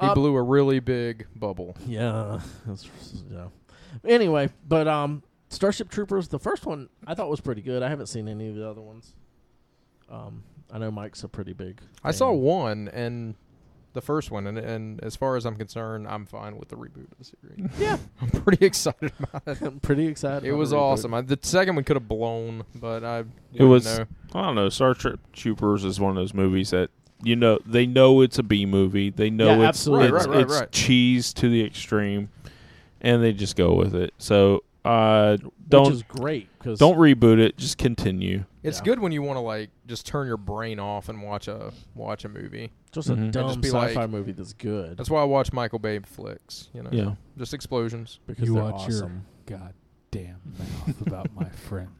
He
Um,
blew a really big bubble.
Yeah. That's, yeah. Anyway, but um, Starship Troopers, the first one I thought was pretty good. I haven't seen any of the other ones. Um, I know Mike's a pretty big.
I saw
fan.
one and the first one, and, and as far as I'm concerned, I'm fine with the reboot of the series.
Yeah.
[laughs] I'm pretty excited about it.
I'm [laughs] pretty excited.
It
about
was
the reboot.
awesome. I, the second one could have blown, but I
It was-
know.
I don't know. Star Trek Troopers is one of those movies that you know they know it's a B movie. They know
Yeah,
it's
absolutely.
it's,
Right, right, right,
it's
right.
cheese to the extreme, and they just go with it. So uh,
Which
don't
is great because
don't reboot it. Just continue.
It's
Yeah.
good when you want to like just turn your brain off and watch a watch a movie.
just
Mhm.
a
And
dumb
just be
sci-fi
like-
movie that's good
That's why I watch Michael Bay flicks. You know,
Yeah.
just explosions.
because
you
they're
watch
awesome.
your goddamn mouth about my friend.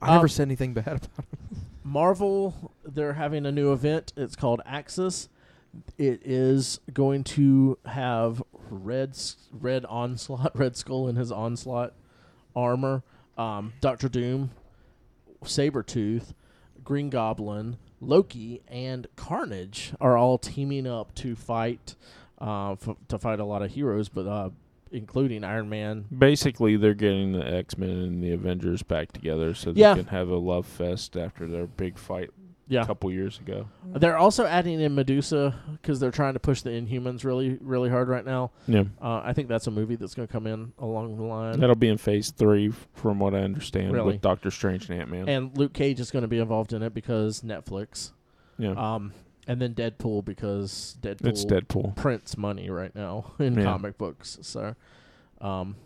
I
Um,
never said anything bad about. It.
Marvel, they're having a new event. It's called Axis. It is going to have red S- red onslaught, [laughs] Red Skull in his onslaught armor, um, Doctor Doom, Sabretooth, Green Goblin, Loki, and Carnage are all teaming up to fight uh, f- to fight a lot of heroes, but uh, including Iron Man.
Basically, they're getting the X Men and the Avengers back together so they
Yeah.
can have a love fest after their big fight
Yeah,
a couple years ago.
they're also adding in Medusa because they're trying to push the Inhumans really really hard right now.
Yeah,
Uh, I think that's a movie that's going to come in along the line.
that'll be in Phase Three, f- from what I understand,
Really?
with Doctor Strange and Ant Man.
And Luke Cage is going to be involved in it because Netflix.
yeah,
Um, and then Deadpool because Deadpool,
it's Deadpool.
prints money right now [laughs] in
Yeah.
comic books. So, um,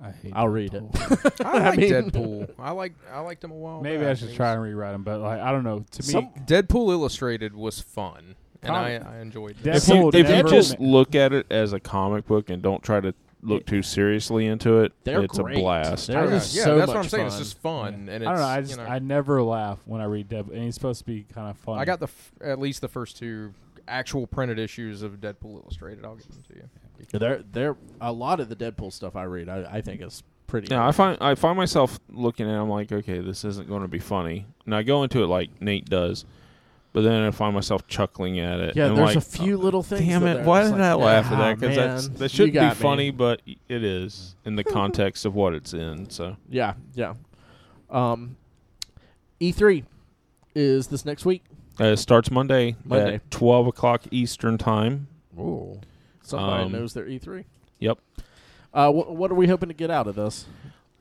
I hate.
I'll read it.
Deadpool.
[laughs] I like
mean-
Deadpool. I like I liked him a while.
Maybe
back.
I should
He
try
was-
and rewrite them, but like I don't know. To me,
Some-
Deadpool Illustrated was fun, and I,
Comic-
I enjoyed it.
If
Deadpool
you, if you
never-
just look at it as a comic book and don't try to look too seriously into it,
They're
it's
great.
a blast.
They're
yeah,
just
yeah,
so
that's
much
what I'm saying. It's
fun.
just fun, and it's,
I don't know. I
you
just
know.
I never laugh when I read Deadpool, and he's supposed to be kind of funny.
I got the f- at least the first two actual printed issues of Deadpool Illustrated. I'll give them to you.
There, there, a lot of the Deadpool stuff I read, I, I think is pretty.
Yeah, I find I find myself looking at. it, I'm like, okay, this isn't going to be funny, and I go into it like Nate does, But then I find myself chuckling at it.
Yeah,
and
there's
like, "Oh,
a few little things.
Damn
that
it!
are
Why
just
did
like,
I laugh
"Ah,
at that? Because that's
man,
that
you
shouldn't
got
be
me."
funny, but it is in
[laughs]
the context of what it's in. So
Yeah, yeah. Um, E3 is this next week.
uh, it starts Monday,
Monday.
at twelve o'clock Eastern time.
Ooh.
Somebody
Um,
knows their E3.
Yep.
Uh, wh- what are we hoping to get out of this?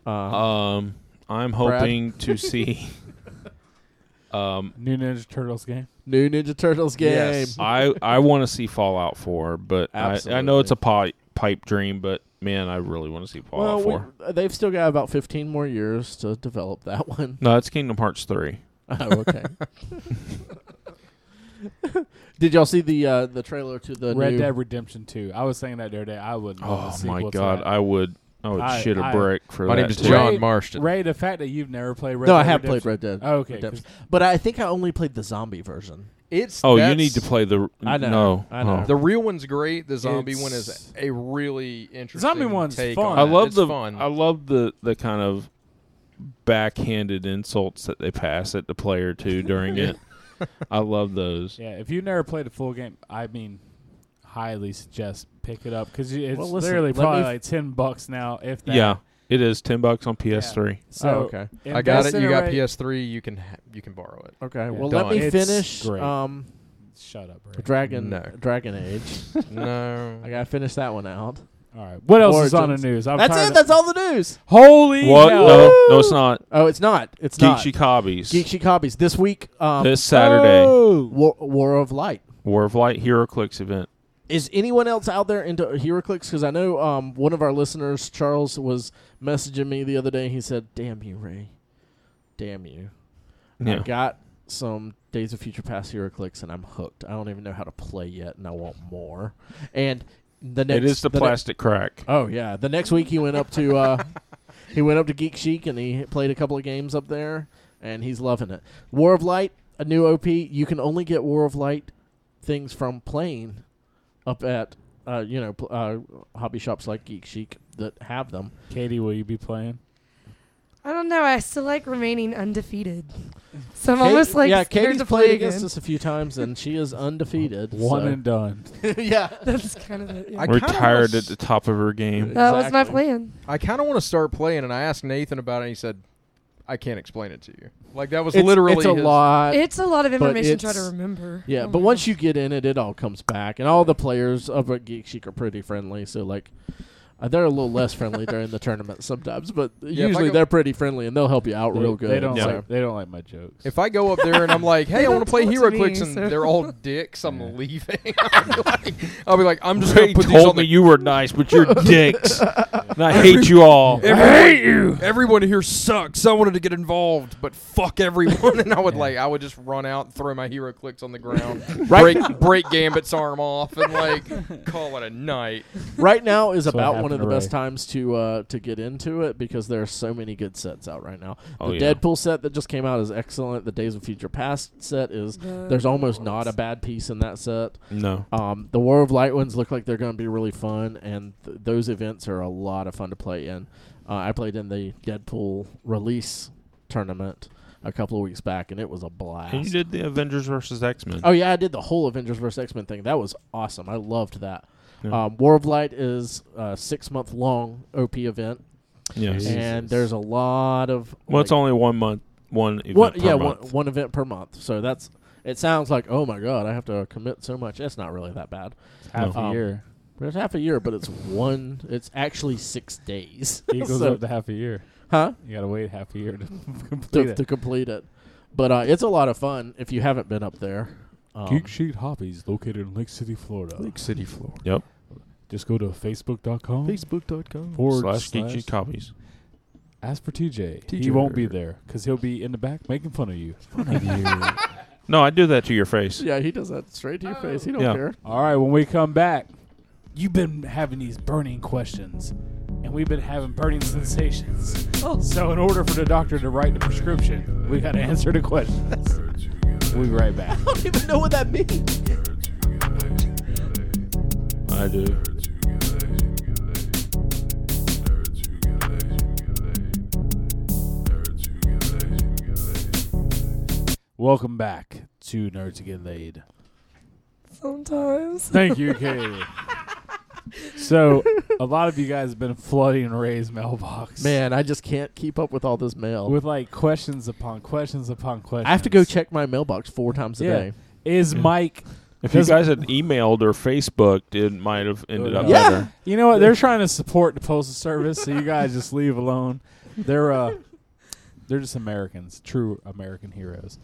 Uh,
Um, I'm
Brad?
hoping to see. um,
New Ninja Turtles game.
new Ninja Turtles game.
Yes.
I I want to see Fallout Four, but I, I know
Absolutely.
it's a pipe pipe dream, but man, I really want to see
Well,
Fallout Four.
we, they've still got about 15 more years to develop that [laughs]
[laughs]
one.
No, it's Kingdom Hearts Three.
Oh, okay. [laughs] Did y'all see the uh, the trailer to the
Red
new-
Dead Redemption Two. I was saying that the other day. I would.
Oh
Love a
my
sequel to
god,
that.
I would I would
I-
shit a
I-
brick for
My
that.
name is
too.
John
Ray-
Marston.
Ray, the fact that you've never played Red
no,
Dead
I have played
Redemption.
Red Dead.
Oh, okay,
Redemption. but I think I only played the zombie version.
It's
Oh, you
that's-
need to play the.
I know,
No,
I know.
Oh.
The real one's great. The zombie
It's-
one is a really interesting.
Zombie one's
take
fun.
on
I
it.
love
It's
the
fun.
I love the the kind of backhanded insults that they pass at the player too during it. I love those.
Yeah, if you've never played a full game, I mean, highly suggest pick it up because it's
Well, listen,
literally
let me
probably
f-
like ten bucks now. If that.
Yeah, it is ten bucks on PS3.
So
oh, okay.
I got
invest
it.
in
You got
right-
PS3. You can ha- you can borrow
[laughs]
it.
Okay. Well,
Done.
let me
It's
finish
great.
um
Shut up, Ray.
Dragon
No.
Dragon Age.
No,
I gotta finish that one out.
All right. What else is on the
Origins.
news? I'm
that's
tired
it.
of-
That's all the news.
Holy
What?
hell!
No, no, it's not.
Oh, it's not. It's
Geek
not.
Shikabis.
Geek Chic Hobbies this week. Um,
this Saturday,
Oh.
War, War of Light.
War of Light HeroClix event.
Is anyone else out there into HeroClix? Because I know um, one of our listeners, Charles, was messaging me the other day. He said, "Damn you, Ray! Damn you! I
Yeah,
got some Days of Future Past HeroClix, and I'm hooked. I don't even know how to play yet, and I want more. And the next
it is the,
ne-
plastic crack.
oh yeah, the next week he went up to uh, he went up to Geek Chic and he played a couple of games up there, and he's loving it. War of Light, a new OP. You can only get War of Light things from playing up at uh, you know pl- uh, hobby shops like Geek Chic that have them.
Katie, will you be playing?
I don't know. I still like remaining undefeated. So I'm
Kate-
almost like
yeah,
scared
Katie's
to
played
play again.
against us a few times, and she is undefeated.
One
so-
and done.
[laughs] yeah.
[laughs] That's kind of it. yeah.
I
We're
kinda
tired at
was-
the top of her game.
that was my
Exactly.
plan.
I kind of want to start playing. And I asked Nathan about it. and He said, "I can't explain it to you." Like that was
It's-
literally
it's a
his-
lot.
It's a lot of
but
information to try to
it's-
remember.
yeah,
Oh
but
my
once
gosh.
you get in it, it all comes back, and all the players of a Geek Chic are pretty friendly. So like, uh, they're a little less friendly during the tournament
[laughs]
sometimes, but
if I
usually
go-
they're pretty friendly and they'll help you out
They-
Oh, real good.
They [laughs] don't.
so-
Like, they don't like my jokes.
If I go up there and I'm like, "Hey, I
don't
want to play
tell it to
HeroClix,"
me,
and
so-
they're all dicks, I'm
Yeah.
leaving. [laughs] I'll be like, I'll be like, "I'm just
Ray
gonna put these on
told me
[laughs] the."
you were nice, but you're dicks, and I hate you all.
hate you. Everyone here sucks. I wanted to get involved, but fuck everyone. [laughs] And I would like, I would just run out, and throw my hero clicks on the ground,
Right.
break break Gambit's arm off, and like call it a night.
right now is
That's what
about one of the
happened to
best
Ray.
times to uh, to get into it because there are so many good sets out right now.
Oh,
the
yeah.
Deadpool set that just came out is excellent. The Days of Future Past set is
The-
[laughs] there's almost not a bad piece in that set.
No,
Um, the War of Light ones look like they're going to be really fun, and th- those events are a lot of fun to play in. Uh, I played in the Deadpool release tournament a couple of weeks back, and it was a blast.
and you did the Avengers versus X Men.
Oh yeah, I did the whole Avengers vs X Men thing. That was awesome. I loved that.
Yeah.
Um, War of Light is a six month long OP event,
Yes.
Jesus.
and there's a lot of
Well, it's
like,
only one month, one event
one,
per
yeah one,
month.
one event per month. So that's it sounds like oh my god, I have to commit so much. It's not really that bad.
Half
Um,
a year
But it's half a year, but it's one. It's actually six days.
equals
so-
Um, up to half a year.
[laughs] huh?
You gotta wait half a year to [laughs] complete
[laughs] To,
it.
to complete it, but uh, it's a lot of fun if you haven't been up there. Um,
Geek Sheet Hobbies located in Lake City, Florida.
City floor.
Yep.
Just go to facebook.com
Facebook.com.
forward
Slash Geek
slash-
Sheet copies.
Ask for TJ. He
TJ.
won't be there because he'll be in the back making fun of you.
No, I do that to your face.
yeah, he does that straight to your face. He don't
Yeah.
care.
All right, when we come back, you've been having these burning questions, and we've been having burning sensations. So, in order for the doctor to write the prescription, we got to answer the questions. We'll be right back.
I don't even know what that means.
I do.
Welcome back to Nerds to Get Laid.
[laughs]
Sometimes.
Thank you, Katie. so, a lot of you guys have been flooding Ray's mailbox.
Man, I just can't keep up with all this mail.
With like questions upon questions upon questions.
I have to go check my mailbox four times a
Yeah.
day.
Is
Yeah.
Mike.
If you
Does-
guys had emailed or Facebooked, it might have ended up
Yeah.
better.
You know what? They're trying to support the postal service, so you guys just leave alone. They're uh, they're just Americans, true American heroes.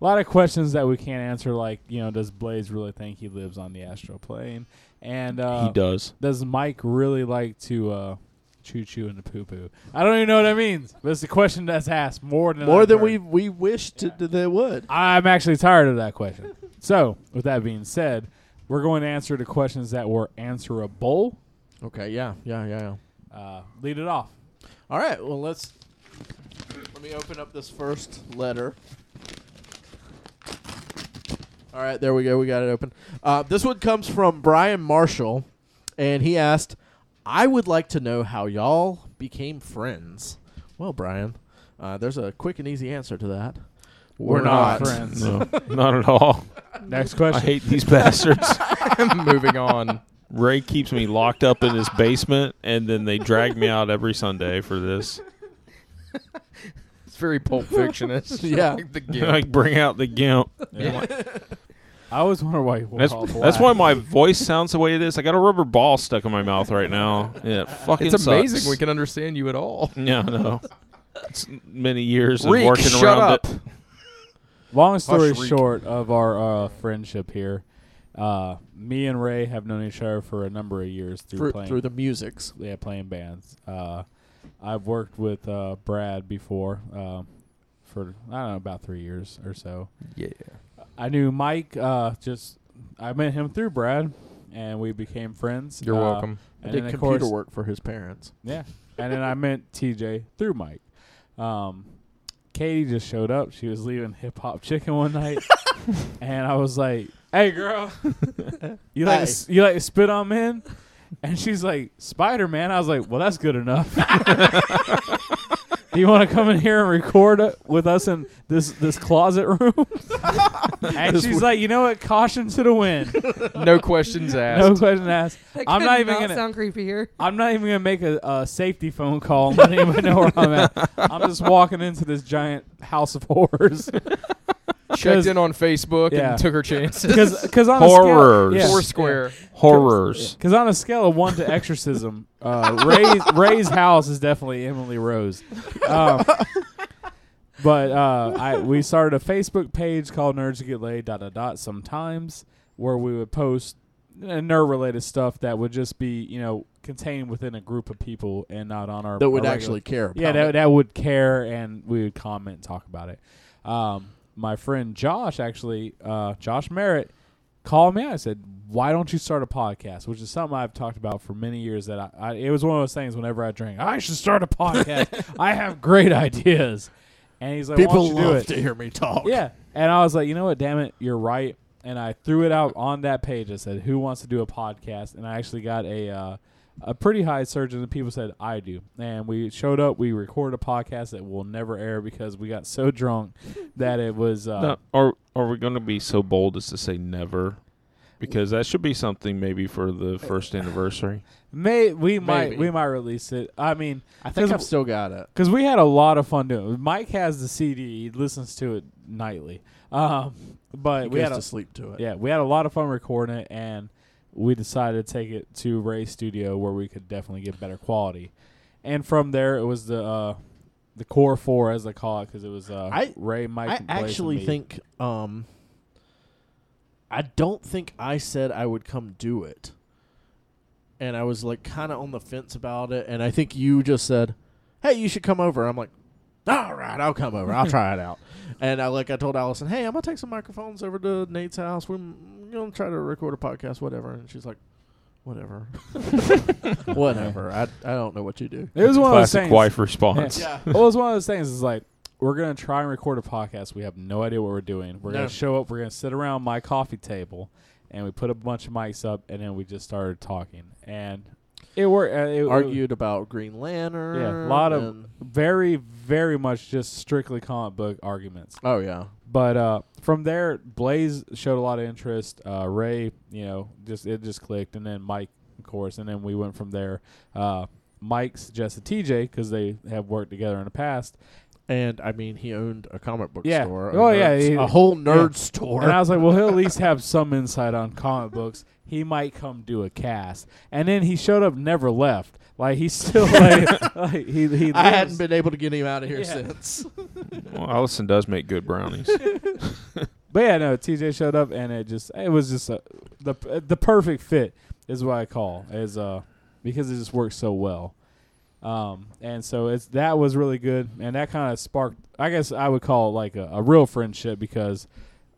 A lot of questions that we can't answer, like you know, does Blaze really think he lives on the astral plane? And uh,
he does.
does Mike really like to uh, choo choo in the poo poo? I don't even know what that means, but it's a question that's asked more than
More
I've
than
heard.
we we wished
Yeah.
that they would.
I'm actually tired of that question. So, with that being said, we're going to answer the questions that were answerable.
Okay, yeah, yeah, yeah, yeah.
Uh, lead it off.
All right, well let's let me open up this first letter. All right, there we go. We got it open. Uh, this one comes from Brian Marshall, and he asked, "I would like to know how y'all became friends." Well, Brian, uh, there's a quick and easy answer to that. We're,
not
not.
friends.
No, not at all.
Next
I
question.
hate these bastards.
Moving on.
Ray keeps me locked up in his basement, and then they drag me out every Sunday for this.
It's very Pulp Fictionist.
Yeah.
Like the
[laughs] like
[laughs] gimp.
bring out the gimp.
I always wonder why you were
That's,
all
that's
black.
why my voice sounds the way it is. I got a rubber ball stuck in my mouth right now. Yeah, it fucking.
It's amazing
sucks.
we can understand you at all.
Yeah, no. It's many years
Reek,
of working
shut
around
up.
it.
Long story
Hush, Reek.
short of our uh, friendship here, uh, me and Ray have known each other for a number of years through
[laughs] through,
playing
through the musics.
yeah, playing bands. Uh, I've worked with uh, Brad before uh, for I don't know about three years or so.
Yeah.
I knew Mike. Uh, just I met him through Brad, and we became friends.
You're
Uh,
welcome.
I
and
did
then, of
computer
course-
work for his parents.
Yeah. And then I meant TJ through Mike. Um, Katie just showed up. She was leaving Hip Hop Chicken one night, and I was like, "Hey, girl, you like
Hey.
you like spit on men?" And she's like, "Spider Man." I was like, "Well, that's good enough." [laughs] Do you want to come in here and record uh, with us in this this closet room? and she's like, "You know what? Caution to the wind.
No questions
No
asked.
question asked.
That
I'm
could
not even
not
gonna-
sound creepier.
I'm not even gonna make a, a safety phone call and let anybody know where I'm at. I'm just walking into this giant house of horrors [laughs]
Checked in on Facebook
Yeah.
and took
[laughs]
her chances.
because on
Horrors.
a scale,
Four square.
Horrors.
because on a scale of one to exorcism, uh, Ray's Ray's house is definitely Emily Rose. Um, but uh, I we started a Facebook page called Nerds Get Laid dot dot dot sometimes where we would post nerd related stuff that would just be you know contained within a group of people and not on our
That would
our regular-
actually care. About
yeah,
it.
that, that would care, and we would comment and talk about it. Um, my friend Josh, actually, uh, Josh Merritt, called me. out. I said, "Why don't you start a podcast?" Which is something I've talked about for many years. That I, I it was one of those things. Whenever I drink, I should start
[laughs]
a podcast. I have great ideas, and he's like, "Why
people
don't you do
love
it?"
to hear me talk.
Yeah. And I was like, you know what? Damn it, you're right. And I threw it out on that page. I said, who wants to do a podcast? And I actually got a uh, a pretty high surge, and people said, I do. And we showed up. We recorded a podcast that will never air because we got so drunk that it was.
[laughs]
Uh,
No, are are we going to be so bold as to say never? Because that should be something maybe for the first anniversary.
May we might
Maybe.
we might release it. I mean,
I think
'cause
I've still got it.
because we had a lot of fun doing. it. Mike has the CD; he listens to it nightly. Um, but
He
we
goes
had a,
to sleep to it.
Yeah, we had a lot of fun recording it, and we decided to take it to Ray's studio where we could definitely get better quality. And from there, it was the uh, the core four, as they call it, because it was uh,
I-
Ray, Mike,
I
and Blaze, and
actually
me.
think um I don't think I said I would come do it. And I was like kind of on the fence about it and I think you just said, "Hey, you should come over." I'm like, "All right, I'll come over. I'll try
[laughs]
it out." And I like I told Allison, "Hey, I'm going to take some microphones over to Nate's house. We're going to try to record a podcast whatever." And she's like,
[laughs]
"Whatever." [laughs] whatever. I I don't know what you do.
it was one of those
Classic
things.
wife response.
Yeah. well, it was
[laughs]
one of those things. Is like we're gonna try and record a podcast. We have no idea what we're doing. We're
No.
gonna show up. We're gonna sit around my coffee table, and we put a bunch of mics up, and then we just started talking. And It worked. Uh, it- it,
Argued about Green Lantern.
Yeah, a lot of
and-
very, very much just strictly comic book arguments.
oh yeah,
But uh, from there, Blaze showed a lot of interest. Uh, Ray, you know, just it just clicked, and then Mike, of course, and then we went from there. Uh, Mike suggested TJ because they have worked together in the past,
and I mean he owned a comic book
Yeah.
store.
Oh,
a
yeah,
nerd-
he-
a whole nerd
yeah.
store. [laughs]
and I was like, well, he'll at least have some insight on comic books. He might come do a cast, and then he showed up, never left. Like he's still
[laughs]
like, like he he.
I
lives-
hadn't been able to get him out of here
Yeah.
[laughs] since.
Well, Allison does make
[laughs]
good brownies.
But yeah, no, TJ showed up, and it just it was just a, the the perfect fit is what I call is uh because it just works so well, um and so it's that was really good, and that kind of sparked I guess I would call it like a, a real friendship because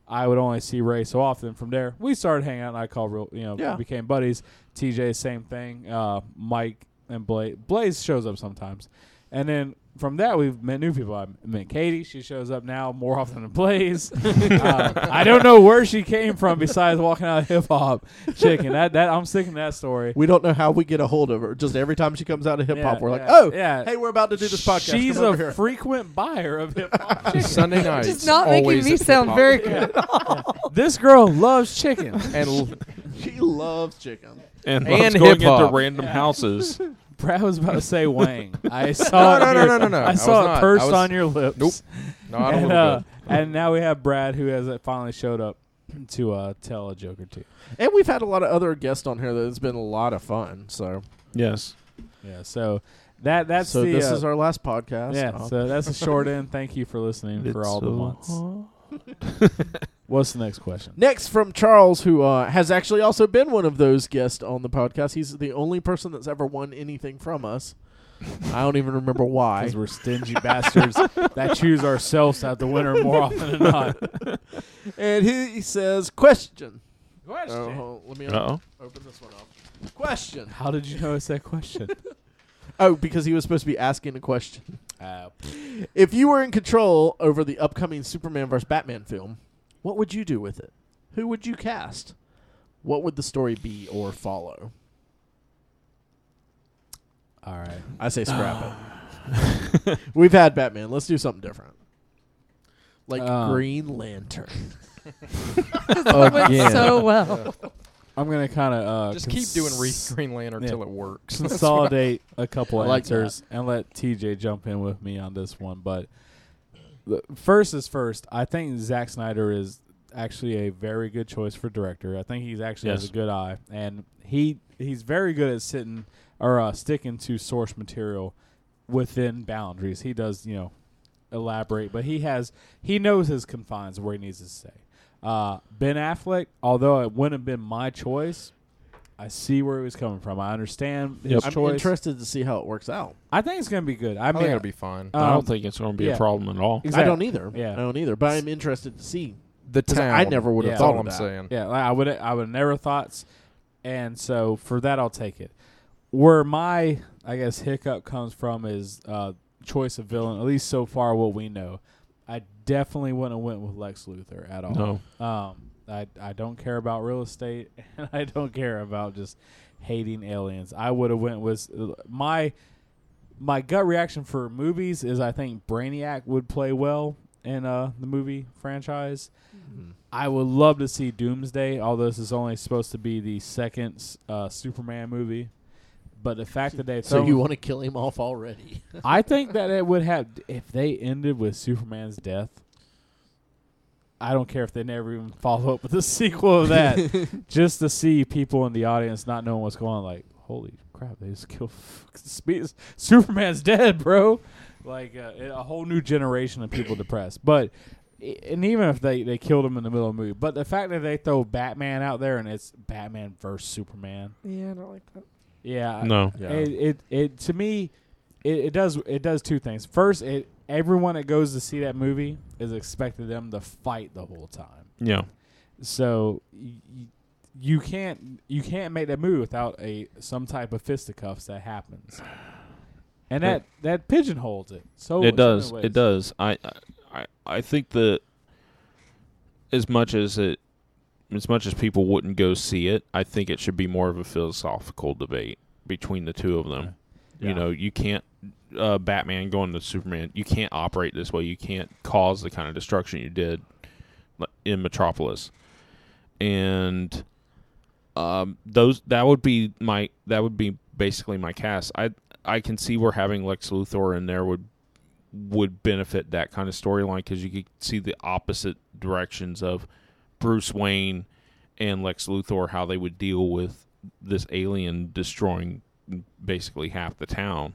I would only see Ray so often. From there, we started hanging out, and I call real you know
Yeah.
became buddies. TJ same thing, uh Mike and Blaze Blaze shows up sometimes, and then. From that, we've met new people. I met Katie. She shows up now more often than Blaze. Uh, I don't know where she came from besides walking out of hip hop chicken. That that I'm sticking to that story.
We don't know how we get a hold of her. Just every time she comes out of hip hop,
Yeah,
we're like,
yeah,
oh,
yeah.
hey, we're about to do this podcast.
She's
Come over
a
here.
frequent buyer of hip
[laughs]
hop chicken.
Sunday nights.
Just not making
always
me
at
sound
hip-hop.
very
[laughs]
good.
this girl loves chicken.
[laughs]
and l-
she loves chicken.
and
And
loves going
hip-hop.
into
[laughs]
random houses.
Brad was about to say Wang.
[laughs]
I saw
No,
it
no,
here.
no, no, no, no.
I
I
saw
was
it
not.
pursed
I was-
on your lips.
Nope. not a
And,
little
uh,
bit.
and now we have Brad, who has uh, finally showed up to uh, tell a joke or two.
And we've had a lot of other guests on here that has been a lot of fun. So,
Yes.
Yeah. So that that's
so
the,
this
uh,
is our last podcast.
yeah.
Uh,
So that's a short end. Thank you for listening for
uh,
all the months. What's the next question?
Next from Charles, who uh, has actually also been one of those guests on the podcast. He's the only person that's ever won anything from us. I don't even remember why.
Because we're stingy bastards that choose ourselves out the winner more often than not.
And he, he says, "Question."
Question.
Oh, hold- let me
Uh oh.
open this one up. Question.
How did you notice that question?
Oh, because he was supposed to be asking a question.
Uh,
If you were in control over the upcoming Superman vs. Batman film, what would you do with it? Who would you cast? What would the story be or follow?
all right.
I say scrap
Ah.
it. [laughs] We've had Batman. Let's do something different. Like
Um,
Green Lantern.
It went
Again.
so well.
I'm going to kind of uh,
Just keep doing re-
cons-
Green Lantern
yeah.
till it works. [laughs] That's what I-
consolidate a couple
I like
answers and let TJ jump in with me on this one. But the- first is first. I think Zack Snyder is actually a very good choice for director. I think he's actually has
Yes.
a good eye, and he he's very good at sitting or uh, sticking to source material within boundaries. He does, you know, elaborate, but he has he knows his confines where he needs to stay. Uh, ben Affleck, although it wouldn't have been my choice, I see where he was coming from. I understand his
Yep. Oh,
I'm
choice.
interested to see how it works out.
I think it's going to be good. I,
I
mean,
think it'll be fine.
um,
I don't think it's going to be
yeah.
a problem at all.
exact-
I don't either.
Yeah.
I don't either. But I'm interested to see.
the
'Cause
town.
I never would have
Yeah.
That's
thought
all
of
I'm
that.
saying.
Yeah, like, I would I would never thoughts, and so for that I'll take it. Where my I guess hiccup comes from is uh, choice of villain. At least so far, what we know, I definitely wouldn't have went with Lex Luthor at all.
No.
Um, I I don't care about real estate, [laughs] and I don't care about just hating aliens. I would have went with uh, my my gut reaction for movies is I think Brainiac would play well in uh, the movie franchise. I would love to see Doomsday, although this is only supposed to be the second uh, Superman movie. But the fact that they
So
filmed-
you want to kill him off already?
I think that it would have if they ended with Superman's death. I don't care if they never even follow up with a [laughs] sequel of that, just to see people in the audience not knowing what's going on. Like, holy crap, they just killed [laughs] Spe- Superman's dead, bro. Like uh, it- a whole new generation of people depressed. But i- and even if they they killed him in the middle of the movie, but the fact that they throw Batman out there and it's Batman versus Superman,
[laughs] Yeah, I don't like that.
yeah,
No.
Yeah.
it, it it to me it, it does it does two things first it everyone that goes to see that movie is expected them to fight the whole time
Yeah.
so y- y- you can't you can't make that movie without a some type of fisticuffs that happens and that that pigeonholes it so so
it does.
many Oh, ways.
It does. I, I I think that as much as it as much as people wouldn't go see it, I think it should be more of a philosophical debate between the two of them.
Yeah.
You know, you can't uh, Batman going to Superman. You can't operate this way. You can't cause the kind of destruction you did like, in Metropolis, and um, those that would be my that would be basically my cast. I I can see where having Lex Luthor in there would would benefit that kind of storyline because you could see the opposite directions of Bruce Wayne and Lex Luthor how they would deal with this alien destroying basically half the town.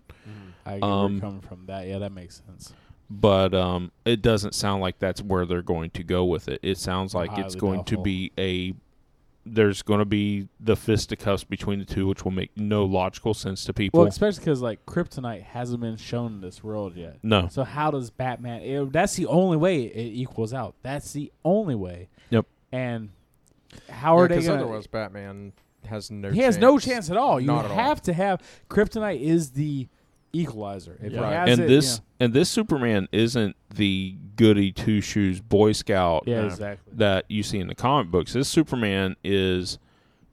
I get where
Um,
you're coming from that. Yeah, that makes sense.
But um, it doesn't sound like that's where they're going to go with it. It sounds like it's
Highly
going to
doubtful.
be a there's going to be the fisticuffs between the two, which will make no logical sense to people.
Well, especially because like Kryptonite hasn't been shown in this world yet.
no,
So how does Batman? It, that's the only way it equals out. That's the only way.
Yep.
And how are they
Because
going?
otherwise, Batman has no.
he has no chance at all. You
Not at all.
have to have Kryptonite is the equalizer. If he
Right.
has
and
it,
this and this Superman isn't the goody two shoes Boy Scout
yeah, yeah
No.
exactly.
that you see in the comic books. This Superman is,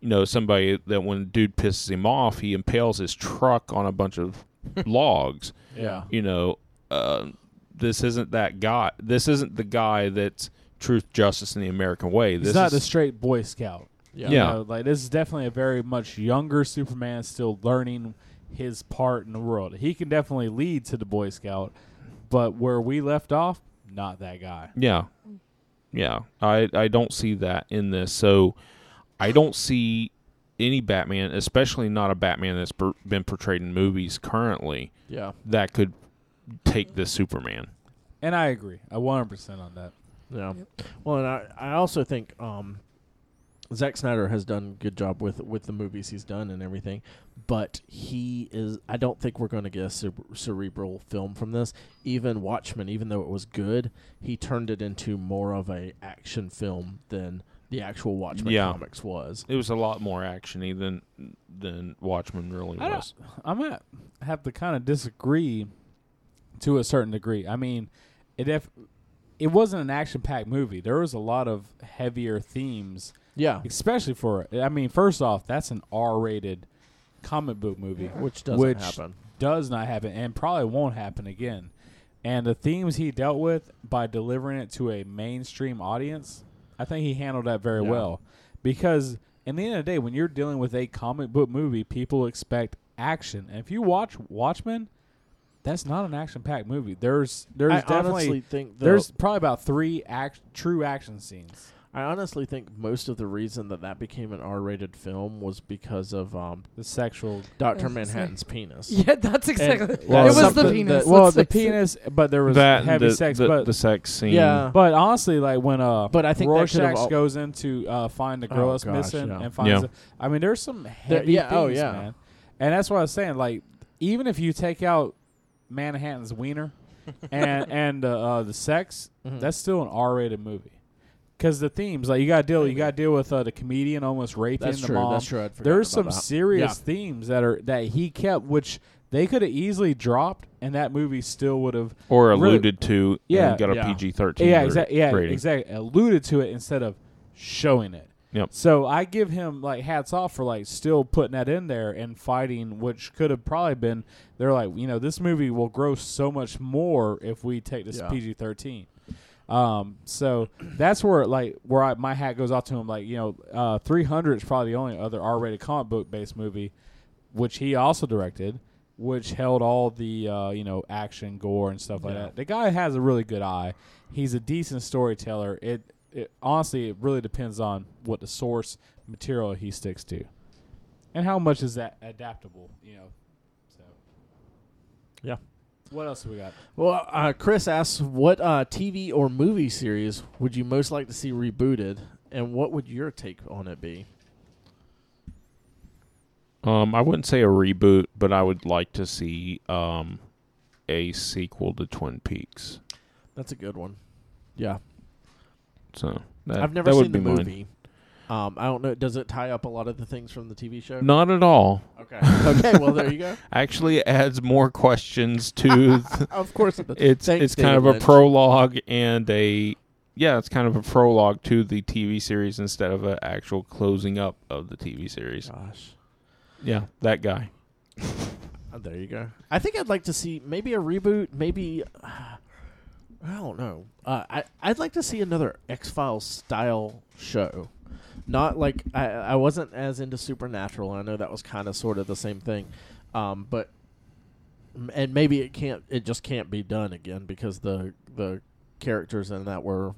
you know, somebody that when a dude pisses him off, he impales his truck on a
[laughs]
bunch of logs.
yeah.
You know, uh, this isn't that guy. This isn't the guy that's truth, justice, and the American way.
He's
This
not
is
the straight Boy Scout.
Yeah.
You
Yeah.
know, like this is definitely a very much younger Superman still learning his part in the world. He can definitely lead to the Boy Scout, but where we left off, not that guy.
Yeah. Yeah. I, I don't see that in this. So I don't see any Batman, especially not a Batman that's per- been portrayed in movies currently,
Yeah.
that could take this Superman.
And I agree. I 100% on that.
Yeah.
Yep.
Well, and I, I also think um, Zack Snyder has done a good job with with the movies he's done and everything, but he is. I don't think we're going to get a cere- cerebral film from this. Even Watchmen, even though it was good, he turned it into more of a action film than the actual Watchmen
Yeah.
comics was.
It was a lot more actiony than than Watchmen really
I don't-
was.
I'm going to have to kind of disagree to a certain degree. I mean, it if it wasn't an action-packed movie. There was a lot of heavier themes
Yeah,
especially for I mean, first off, that's an R-rated comic book movie,
which doesn't
Which-
happen.
does not happen, and probably won't happen again. And the themes he dealt with by delivering it to a mainstream audience, I think he handled that very
Yeah.
well. Because in the end of the day, when you're dealing with a comic book movie, people expect action. And if you watch Watchmen, that's not an action-packed movie. There's there's
I honestly
definitely
think the-
there's probably about three act, true action scenes.
I honestly think most of the reason that that became an R-rated film was because of um,
The sexual
Doctor
That's-
Manhattan's penis.
Yeah, that's exactly.
well,
it was the
something
penis.
well,
let's
the
face it.
penis, but there was
that and
heavy
the,
sex.
the,
but
the sex scene.
Yeah.
but honestly, like when uh,
But I think that could've
Rorschach
all-
goes in to uh, find the girl
Oh,
that's
gosh,
missing
yeah.
and finds.
Yeah.
the- I mean, there's some
There-
heavy
yeah,
things,
oh, yeah.
man. And that's what I was saying. Like even if you take out Manhattan's
[laughs]
wiener and and uh, uh, the sex,
Mhm.
that's still an R-rated movie. Because the themes, like you got to deal, you got to deal with uh, the comedian almost raping
That's
the
true.
mom
That's true. I'd forgotten
there's
about
some
that.
serious themes that are that he kept which they could have easily dropped and that movie still would have
Or
Really-
alluded to
Yeah.
and got a
Yeah.
PG thirteen.
yeah exactly yeah
rating.
exactly alluded to it instead of showing it
Yep.
so i give him like hats off for like still putting that in there and fighting which could have probably been they're like you know this movie will gross so much more if we take this
Yeah.
pg-13 um, so that's where like where I, my hat goes off to him. Like you know, uh, 300 is probably the only other R-rated comic book based movie, which he also directed, which held all the uh, you know action, gore, and stuff like
Yeah.
that. The guy has a really good eye. He's a decent storyteller. It, it honestly, it really depends on what the source material he sticks to, and how much is that adaptable. You know, so
Yeah.
What else do we got?
Well, uh, Chris asks, what uh, TV or movie series would you most like to see rebooted, and what would your take on it be?
Um, I wouldn't say a reboot, but I would like to see um, a sequel to Twin Peaks.
That's a good one. Yeah,
So that,
I've never
that would
seen the
be mine.
movie. Um, I don't know. Does it tie up a lot of the things from the TV show?
Not at all.
Okay. [laughs] okay. Well, there you
[laughs]
go.
Actually, it adds more
[laughs]
questions to. th-
Of course, it does.
it's
Thanks,
it's kind
David
of a
Lynch.
prologue and a yeah, it's kind of a prologue to the TV series instead of an actual closing up of the TV series.
Gosh.
Yeah, that guy.
Uh, there you go. I think I'd like to see maybe a reboot, maybe uh, I don't know. Uh, I I'd like to see another X Files style show. Not like I I wasn't as into Supernatural. and I know that was kind of sort of the same thing, um, but m- and maybe it can't it just can't be done again because the the characters in that were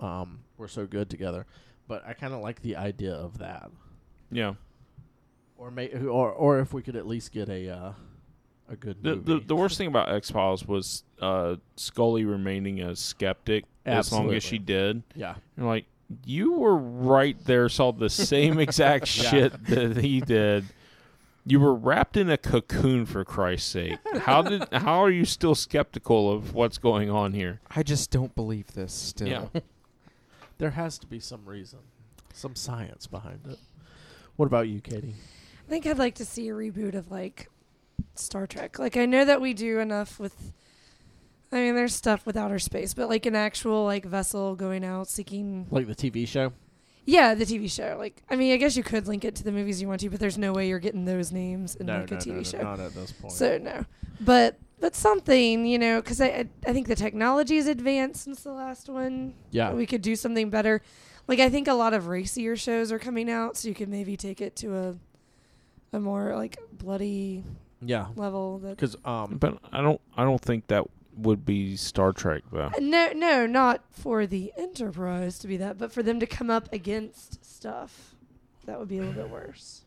um were so good together. But I kind of like the idea of that
Yeah.
or may, or or if we could at least get a uh, a good
The,
movie.
the the worst thing about X Files was uh, Scully remaining a skeptic as long
Absolutely.
as she did.
yeah,
You're like, you were right there, saw the same exact shit that he did. You were wrapped in a cocoon for Christ's sake. How did how are you still skeptical of what's going on here?
I just don't believe this still.
Yeah.
[laughs]
there has to be some reason, some science behind it. What about you, Katie?
I think I'd like to see a reboot of like Star Trek. Like I know that we do enough with I mean there's stuff with outer space, but like an actual like vessel going out seeking
Like the TV show?
Yeah, the TV show. Like I mean I guess you could link it to the movies you want to, but there's no way you're getting those names in like a TV show.
not at this point.
So no, but but something you know, because I, I I think the technology is advanced since the last one.
Yeah.
we could do something better. Like I think a lot of racier shows are coming out, so you could maybe take it to a a more like bloody
yeah,
level. That
because um,
But I don't I don't think that would be Star Trek though.
Uh, no, no, not for the Enterprise to be that, but for them to come up against stuff that would be a little bit worse.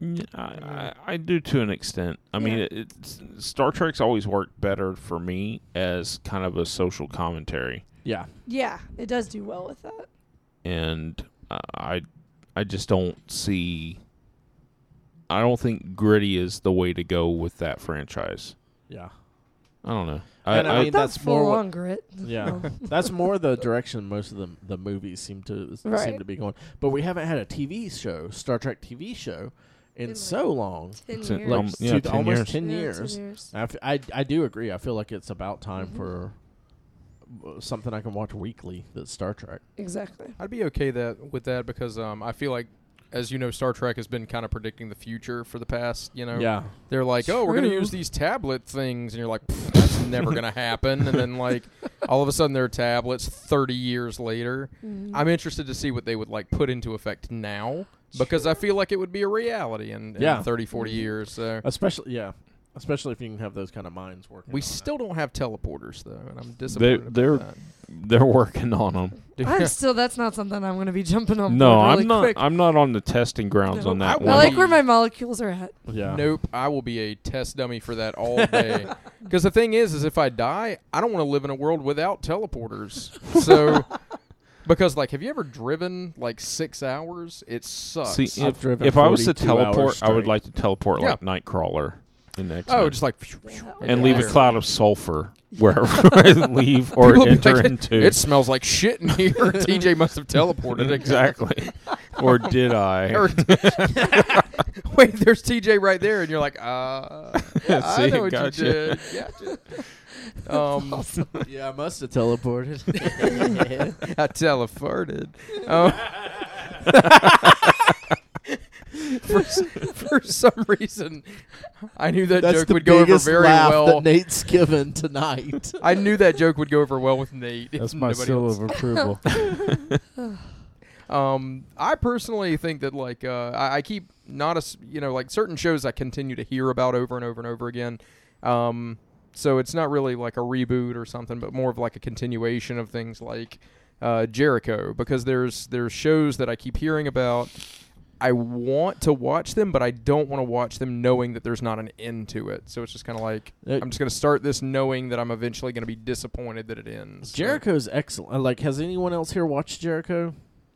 Yeah, I, I, I do to an extent. I mean,
Yeah.
it, it's, Star Trek's always worked better for me as kind of a social commentary,
yeah,
Yeah, it does do well with that.
and I, I, I just don't see. I don't think gritty is the way to go with that franchise.
yeah,
I don't know. I,
And I
I-
mean- that's more
full
what-
on grit. [laughs]
yeah. That's more the direction most of the the movies seem to
Right.
seem to be going. But we haven't had a TV show, Star Trek TV show, in
In, like,
so long.
Ten
It's a-
years.
Like
Um, yeah,
two-
10
almost
years.
ten
Yeah,
years. I, f- I, I do agree. I feel like it's about time
Mm-hmm.
Mhm.
for uh, something I can watch weekly that's Star Trek.
Exactly.
I'd be okay that with that because um, I feel like, as you know, Star Trek has been kind of predicting the future for the past. You know,
Yeah.
they're like, oh, we're gonna
True.
use these tablet things, and you're like, "Pfft, that's never gonna happen. And then like, all of a sudden, there are tablets thirty years later.
Mm.
I'm interested to see what they would like put into effect now because I feel like it would be a reality in, in
Yeah.
30, 40 years. So.
Especially yeah. Especially if you can have those kind of minds working.
We
on it.
still don't have teleporters though, and I'm disappointed. about
they're-
that.
they're working on them.
I'm still. That's not something I'm going to be jumping on.
no,
board really
I'm not.
Quick.
I'm not on the testing grounds
No,
on
I
that
I
one.
like where my molecules are at.
yeah.
Nope, I will be a test dummy for that all
[laughs]
day. Because the thing is, is if I die, I don't want to live in a world
[laughs]
without teleporters. So, because like, have you ever driven like six hours? It sucks.
See,
I've
if,
driven
if I was to
42 hours
teleport, I would
straight.
like to teleport
Yeah.
like Nightcrawler. In X-Men.
oh, just like
and leave
[laughs]
a
there.
cloud of sulfur wherever I leave or
People be
enter
like,
into.
It smells like shit in here.
[laughs]
TJ must have teleported
exactly. or did I? [laughs]
[laughs] Or- Wait, there's TJ right there, and you're like, uh, I
[laughs] See,
know what
gotcha.
you did.
[laughs]
Gotcha. Um,
[laughs] yeah, I must have
[laughs]
teleported. [laughs]
I telefarted. Um, for, s- for some reason, I knew that
That's
joke
the
would go over
biggest
very
laugh
well.
that Nate's given
[laughs]
tonight.
I knew that joke would go over well with Nate. [laughs]
That's my
Nobody
seal
else.
of approval.
Um, I personally think that like uh, I, I keep not as you know like certain shows I continue to hear about over and over and over again. Um, so it's not really like a reboot or something, but more of like a continuation of things like uh, Jericho because there's there's shows that I keep hearing about. I want to watch them, but I don't want to watch them knowing that there's not an end to it. So it's just kind of like
Uh,
I'm just going to start this knowing that I'm eventually going to be disappointed that it ends. So-
Jericho's excellent. Uh, Like, has anyone else here watched Jericho?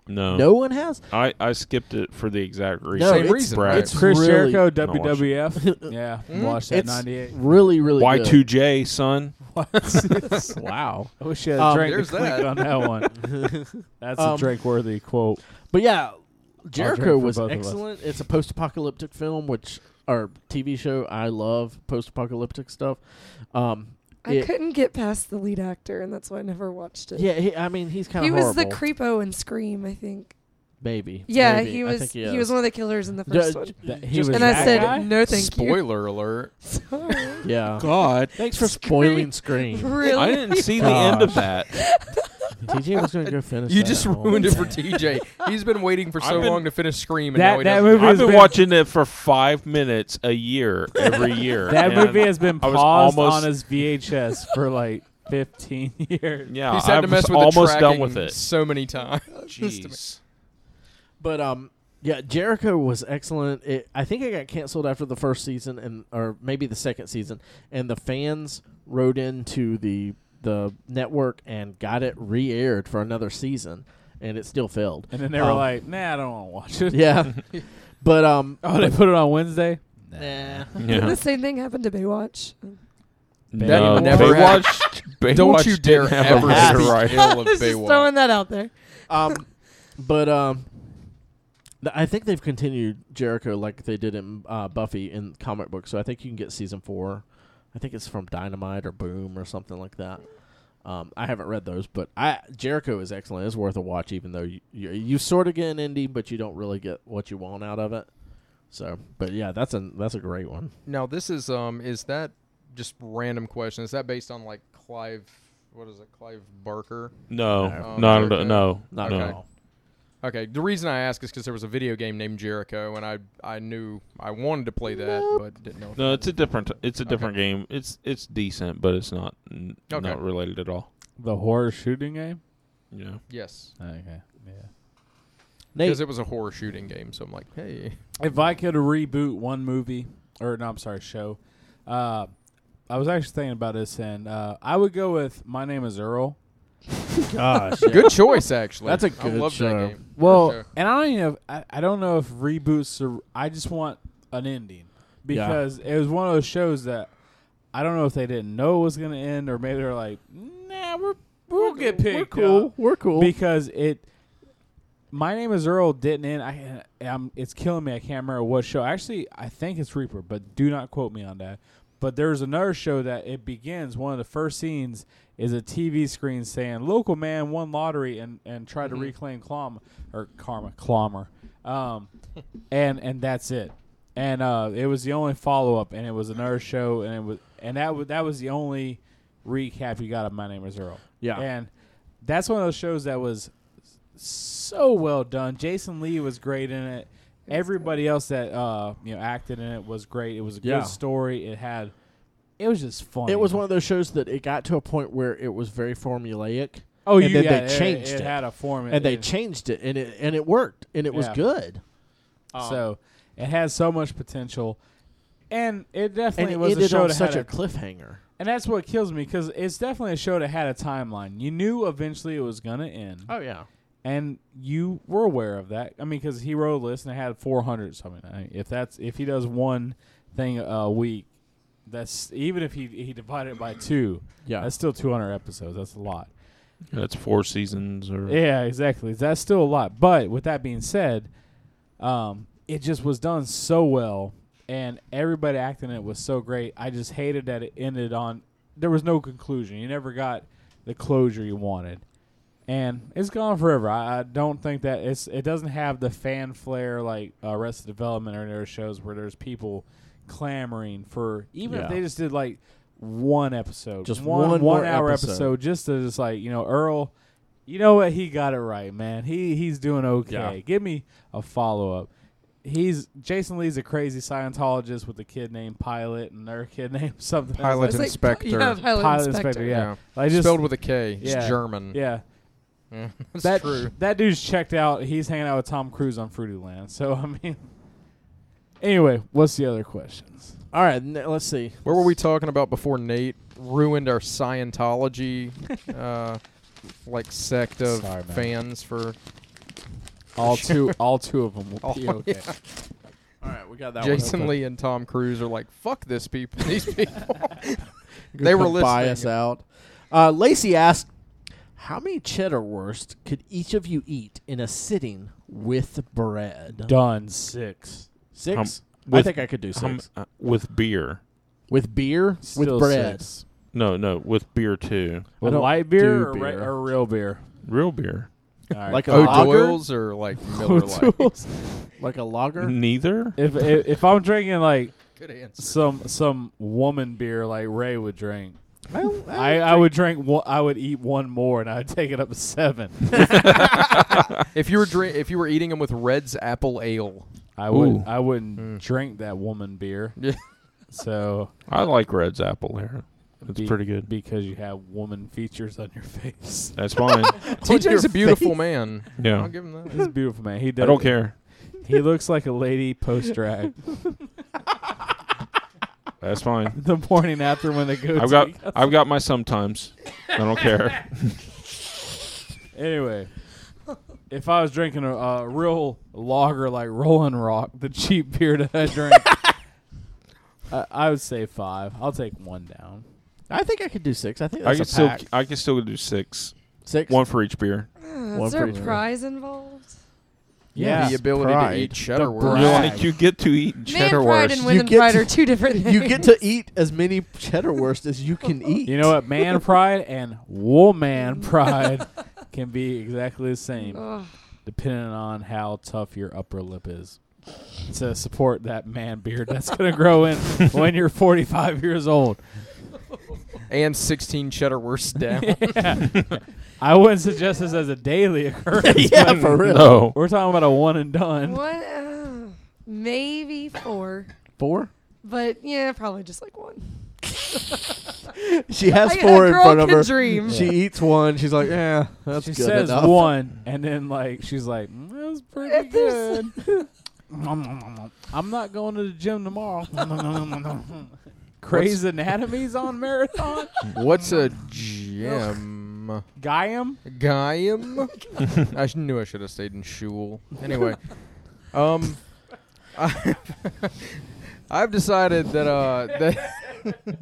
No.
No one has.
I, I skipped it for the exact reason.
No,
Same
it's-
reason,
Brad.
right?
it's
Chris
really-
Jericho,
No, watch it.
WWF. yeah,
Mm,
watch that
Uh, it's- [laughs]
'98.
[laughs] Really, really.
Y
good.
two J son.
wow. I wish I had
Um,
drank
there's
the clink
that.
on that one. That's
Um,
a drink worthy quote.
But yeah,
drink
Jericho
for
was
both of us.
excellent. It's a post-apocalyptic film, which or TV show. I love post-apocalyptic stuff. Um,
I
it-
couldn't get past the lead actor, and that's why I never watched it.
yeah, he, I mean he's kind
he
of
was the creepo in Scream, I think.
Maybe.
Yeah,
Maybe.
he
I
was
think
he, was one of the killers in the
Ju-
first one.
That
just-
he was
And I
that
said
guy?
no thank [laughs]
Spoiler alert.
you. Spoiler. [laughs]
Yeah.
[laughs]
God,
Thanks for spoiling
Scream. [laughs]
Scream.
really?
I
[laughs]
didn't see the end of that.
TJ was going to go finish.
You
that
just
whole- [laughs]
[laughs]
ruined it for TJ. He's been waiting for so
I've been-
long to finish Scream, and now
That
he
that
doesn't.
movie
I've
has
been watching it for five minutes a year, every
[laughs]
year.
That
and
movie has been
I was
paused
almost-
on his VHS for like 15 [laughs] years.
Yeah,
He's had
I
to mess
was
with
almost
the
done
tracking
with it.
so many times. [laughs]
Jeez.
But um, yeah, Jericho was excellent. It, I think it got canceled after the first season, and or maybe the second season, and the fans wrote into the the network and got it re-aired for another season, and it still failed.
And then they were
Oh.
Um,
like, "Nah, I don't want to watch it."
Yeah, but um,
[laughs] Oh, they put it on Wednesday. [laughs]
nah.
Yeah.
The same thing happened to Baywatch.
That
no,
never
Baywatch, Baywatch
Don't you dare
didn't have
ever
a
happen.
writer,
[laughs]
right?
[laughs]
speak ill of
Just
Baywatch.
throwing that out there.
um, but um, th- I think they've continued Jericho like they did in uh, Buffy in comic books. So I think you can get season four. I think it's from Dynamite or Boom or something like that. Um, I haven't read those, but I Jericho is excellent. It's worth a watch, even though you you, you sort of get an indie, but you don't really get what you want out of it. So, but yeah, that's a that's a great one.
Now this is um is that just random question? Is that based on like Clive? What is it? Clive Barker.
No,
No.
no, no,
Oh, Okay.
no, no.
Not
Okay.
at all.
Okay. The reason I ask is because there was a video game named Jericho, and I I knew I wanted to play that, but didn't know. if
No,
it
it's a
was-
different. It's a different
Okay.
game. It's it's decent, but it's not n-
Okay.
not related at all.
The horror shooting game.
Yeah.
yes,
Oh,
Okay. Yeah.
Nate,
because it was a horror shooting game. So I'm like, hey,
If I could reboot one movie, or no, I'm sorry, show. Uh, I was actually thinking about this, and uh, I would go with My Name Is Earl.
gosh,
[laughs] good choice actually.
That's a
I
good
loved
show.
that game. Good
Well,
show.
and I don't even know. I, I don't know if reboots. Are, I just want an ending because it was one of those shows that I don't know if they didn't know it was going to end, or maybe they're like, "Nah, we're we'll get picked."
We're
up."
cool. We're cool.
because it. My name is Earl. Didn't end. I, i It's killing me. I can't remember what show. Actually, I think it's Reaper, but do not quote me on that. But there's another show that it begins. One of the first scenes is a TV screen saying, "Local man won lottery and and tried
Mhm.
to reclaim Klom or Karma Klommer," um, and and that's it. And uh, it was the only follow up, and it was another show, and it was and that was that was the only recap you got of My Name Is Earl.
yeah,
And that's one of those shows that was so well done. Jason Lee was great in it. Everybody else that uh, you know acted in it was great. It was a
Yeah.
good story. It had it was just fun.
it was one of those shows that it got to a point where it was very formulaic.
Oh,
and
you,
then
yeah,
they
it-
changed
it.
it.
had a form,
and they
it-
changed it and it and it worked and it was
Yeah.
good Um,
so it has so much potential, and it
and
definitely
it
was
ended
a show
on
that
such
had
a cliffhanger
and that's what kills me because it's definitely a show that had a timeline. You knew eventually it was gonna end.
oh yeah
and you were aware of that. I mean, because he wrote a list and it had 400 something. I mean, if that's if he does one thing a week, that's even if he he divided it by two,
yeah
that's still 200 episodes. That's a lot.
That's four seasons or
Yeah, exactly. That's still a lot. But with that being said, um, it just was done so well, and everybody acting in it was so great. I just hated that it ended on there was no conclusion. You never got the closure you wanted, and it's gone forever. I, I don't think that it's it doesn't have the fan flair like uh, Rest of Development or their shows where there's people clamoring for even
Yeah.
if they just did like one episode,
Just
one
one more
one hour
episode.
episode, just to just like you know Earl. You know what? He got it right, man. He he's doing okay.
Yeah.
Give me a follow up. He's Jason Lee's a crazy Scientologist with a kid named Pilot and their kid [laughs] named something. else.
Pilot
It's like,
Inspector.
yeah, Pilot,
Pilot
Inspector.
Inspector, yeah.
Yeah.
Like just
spelled with a K. It's
Yeah.
German.
yeah.
[laughs] Yeah, that's
that
true.
that dude's checked out. He's hanging out with Tom Cruise on Fruity Land. So [laughs] I mean, anyway, what's the other questions?
all right n- let's see
Where were we talking about before Nate ruined our Scientology, uh, like sect of
Sorry, man.
fans for
All two all two of them will be
All-
okay.
all right we got that
Jason
one
Lee and Tom Cruise are like fuck
[laughs]
this people these people. they were listening.
buy us out uh, lacey asked how many cheddar worst could each of you eat in a sitting with bread
Done six.
six
Um, with-
i think i could do six
How m- uh, with beer.
with beer
Still
with bread
six.
No, no, with beer too.
With
don't
light beer
do
or, re-
beer.
or real beer.
Real beer.
Like a lager?
O'Doyle's or like
[laughs]
Miller Lite?
Like a lager?
Neither.
if, if if I'm drinking like
[laughs] Good answer.
some some woman beer like Ray would drink, I, I would drink one, I would eat one more and I'd take it up to [laughs] seven.
If you were drink, if you were eating them with Red's
[laughs]
apple ale,
I wouldn't
Ooh.
I wouldn't
Hmm.
Mm.
drink that woman beer.
Yeah.
So
I like Red's apple there. It's
be-
pretty good.
because you have woman features on your [laughs] face.
That's fine.
TJ's a
[laughs]
beautiful man.
Yeah.
I'll give him that.
He's beautiful man. He does,
I don't care.
He looks like a lady post drag.
That's fine.
[laughs] the morning after when they go.
I've got I've got my sometimes. I don't care.
Anyway, if I was drinking a, a real lager like Rolling Rock, the cheap beer that I drink, [laughs] I, I would say five. I'll take one down.
I think I could do six. I think
I
that's
can
a
still
pack.
I can still do six.
six.
One for each beer.
Uh,
One
is there
for each
a
one.
prize involved?
Yeah,
the ability
pride.
to eat cheddar
Brag.
You're
worms.
brag.
like you get to eat cheddar
Man pride
worst.
and
You
women
get
pride
to-
are two different
[laughs]
things.
You get to eat as many cheddar wurst as you
[laughs]
can eat.
You know what? Man pride and woman pride can be exactly the same,
Ugh.
depending on how tough your upper lip is. To support that man beard that's going to grow [laughs] in when you're 45 years old. [laughs]
and 16 cheddar worst down.
Yeah.
[laughs]
I wouldn't suggest this as a daily occurrence. [laughs]
yeah, for real.
No.
We're talking about a one and done.
What? Uh, maybe four,
[laughs]
Four.
but yeah, probably just like one.
She has
Like, a
four in
girl
front of
can
her.
dream.
She eats one. She's like, yeah, that's
she
good
says
enough.
one, and then like she's like, mm, "That was pretty
If there's- [laughs]
good." I'm not going to the gym
[laughs]
tomorrow. Crazy Anatomy's on [laughs]
[laughs]
marathon.
What's a gem?
Guyam.
[laughs]
Guyam? I sh- knew I should have stayed in shul. Anyway, um, I, [laughs] I've decided that uh that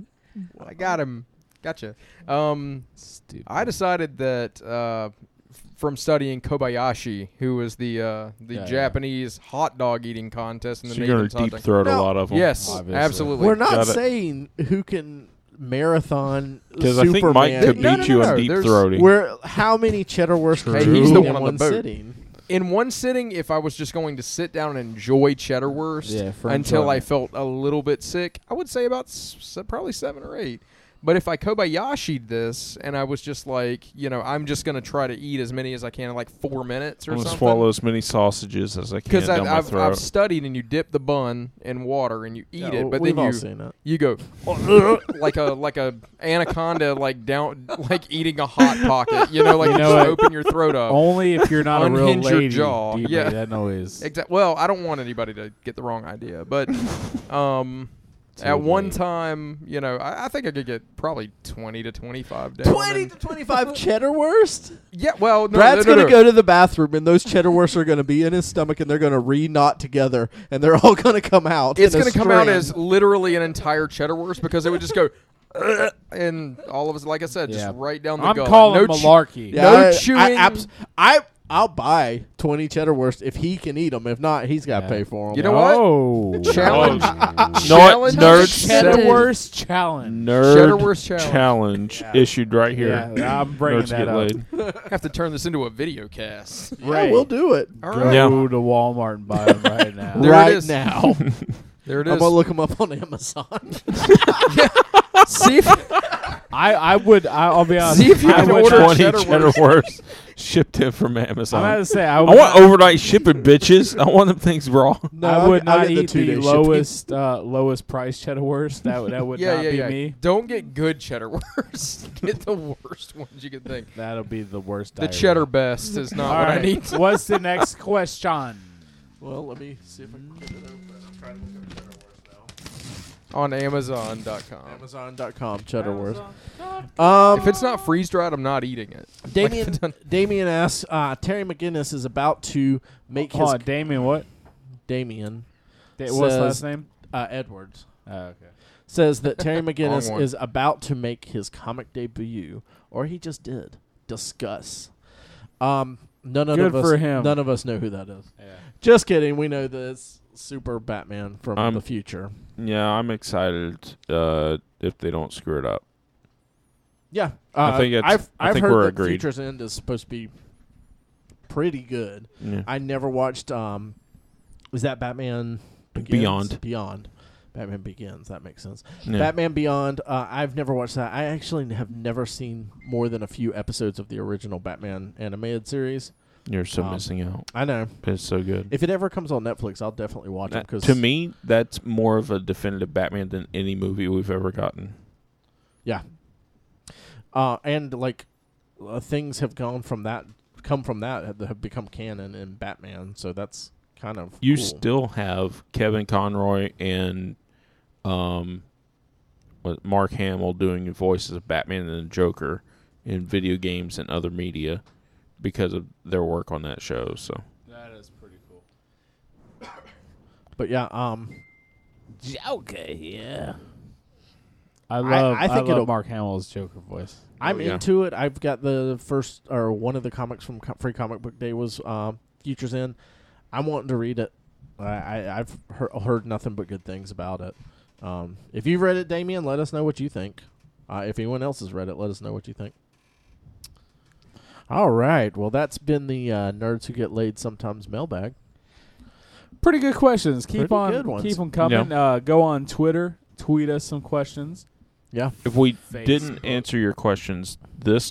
[laughs] I got him. Gotcha. Um,
Stupid.
I decided that uh, f- from studying Kobayashi, who was the uh, the
Yeah, yeah.
Japanese hot dog eating contest in
So
the
you're
Nathan's
gonna deep
hot dog-
throat a
No.
lot of them.
Yes,
Obviously.
absolutely.
We're not
Got it.
saying who can marathon
Because I think Mike
Superman.
could beat
No, no,
you
no,
on
no,
deep
there's-
throating.
Where how many cheddar wurst can
Hey,
you
he's
eat
the
in
one on the
one
boat.
sitting?
in one sitting if I was just going to sit down and enjoy cheddar worst
Yeah, for
until I
enjoyment.
felt a little bit sick, I would say about s- s- probably seven or eight. But if I Kobayashi'd this and I was just like, you know, I'm just gonna try to eat as many as I can in like four minutes or
I'm gonna
something.
swallow
[laughs]
as many sausages as I can
because
down
I've,
my
I've, I've
throat.
studied and you dip the bun in water and you eat
Yeah,
it, but
we've
then
all
you
seen it.
you go [laughs] like a like a anaconda like down like eating a hot pocket, you know, like
You
you
know
just
what?
open your throat up.
Only if you're not a real
Oh. Unhinge your
lady.
jaw.
do you
Yeah.
make that noise.
[laughs] Exactly. Well, I don't want anybody to get the wrong
[laughs]
idea, but um,
Too
at one
late.
time, you know, I, I think I could get probably twenty to twenty-five
[laughs]
down.
Twenty
and-
to twenty-five cheddar wurst.
yeah. Well, no,
Brad's
no, no,
gonna
no.
go to the bathroom, and those cheddar wursts are gonna be in his stomach, and they're gonna re-knot together, and they're [laughs] all gonna come out.
It's
in a
gonna come out
strand.
as literally an entire cheddar worst because it would just go. [laughs] And all of us, like I said, just
Yeah.
right down the
I'm
gullet.
calling
no
malarkey.
Yeah. no chewing.
I, abs- I I'll buy twenty cheddar wurst if he can eat them. If not, he's got to
Yeah.
pay for them.
You know what?
Oh.
Challenge.
Challenge
Challenge
nerds.
accepted.
Cheddar worst challenge.
Nerd
Cheddar worst challenge.
challenge issued right here.
Yeah,
[laughs]
I'm bringing
Nerds
that
get
up. [laughs]
laid.
Have to turn this into a video
[laughs]
cast.
yeah, we'll do it
All
Go
right,
Yeah.
to Walmart and buy them right now.
There it
right
is.
Oh.
now. I'm
there it is.
gonna look them up
[laughs]
on Amazon.
[laughs]
[laughs]
See if [laughs]
I, I would. I, I'll be honest.
See
[laughs]
if you
I
can
would-
order
I-
20 cheddar,
cheddar
worst shipped in from
I'm
Amazon.
gonna say oh I,
I
would,
want overnight shipping, bitches. I want them things raw.
[laughs] No,
I would
I'll
not
get
eat
the
the,
two-day shipping.
lowest uh, lowest price cheddar worst. That would- that would
[laughs] yeah,
not
yeah,
be
yeah.
me.
Don't get good cheddar worst. [laughs] get the worst ones you can think.
That'll be the worst.
The
diarrhea.
cheddar best is not
All
what I
right,
need. [laughs]
What's the next question?
[laughs] Well, let me see if I can get it open. I'm trying to look up cheddar wurst
On Amazon.com.
now. Amazon.com cheddar wurst. Um,
If it's not freeze dried, I'm not eating it. [laughs]
Damien, Damien asks, uh, Terry McGinnis is about to make
Hold
his
on, Damien. What?
Damien
Da- what's
Says-
last name?
uh, Edwards
Oh, okay.
says that
[laughs]
Terry
Wrong
McGinnis
one.
is about to make his comic debut, or he just did. Discuss. Um, none of
Good
us,
for him.
none of us know who that is.
Yeah.
Just kidding. We know this super Batman from
Um,
the future.
Yeah, I'm excited uh, if they don't screw it up.
Yeah,
I
uh,
think it's-
I've
I
I've
think
heard
we're
that
agreed.
Future's End is supposed to be pretty good.
Yeah.
I never watched. Um, was that Batman Begins?
Beyond.
Beyond. Batman Begins. That makes sense.
Yeah.
Batman Beyond. Uh, I've never watched that. I actually have never seen more than a few episodes of the original Batman animated series.
You're so
Um,
missing out.
I know.
It's so good.
If it ever comes on Netflix, I'll definitely watch it
That-
because
to me, that's more of a definitive Batman than any movie we've ever gotten.
uh, and like uh, things have gone from that come from that have- have become canon in Batman. So that's kind of
You
cool.
still have Kevin Conroy and um, what- Mark Hamill doing the voices of Batman and the Joker in video games and other media because of their work on that show. So
That is pretty cool.
But yeah, um,
Okay, yeah. I
I-
love.
I
I,
think
think
it'll-
love Mark Hamill's Joker voice.
I'm
yeah.
into it. I've got the first or one of the comics from Co- Free Comic Book Day was um, Futures End. I'm wanting to read it. I, I I've heard, heard nothing but good things about it. Um, if you've read it, Damien, let us know what you think. Uh, if anyone else has read it, let us know what you think. All right. Well, that's been the uh, nerds who get laid sometimes mailbag.
Pretty good questions. Keep
Pretty
on
good ones.
keep them coming. Uh, go on Twitter, tweet us some questions.
Yeah.
if we
Facebook.
didn't answer your questions this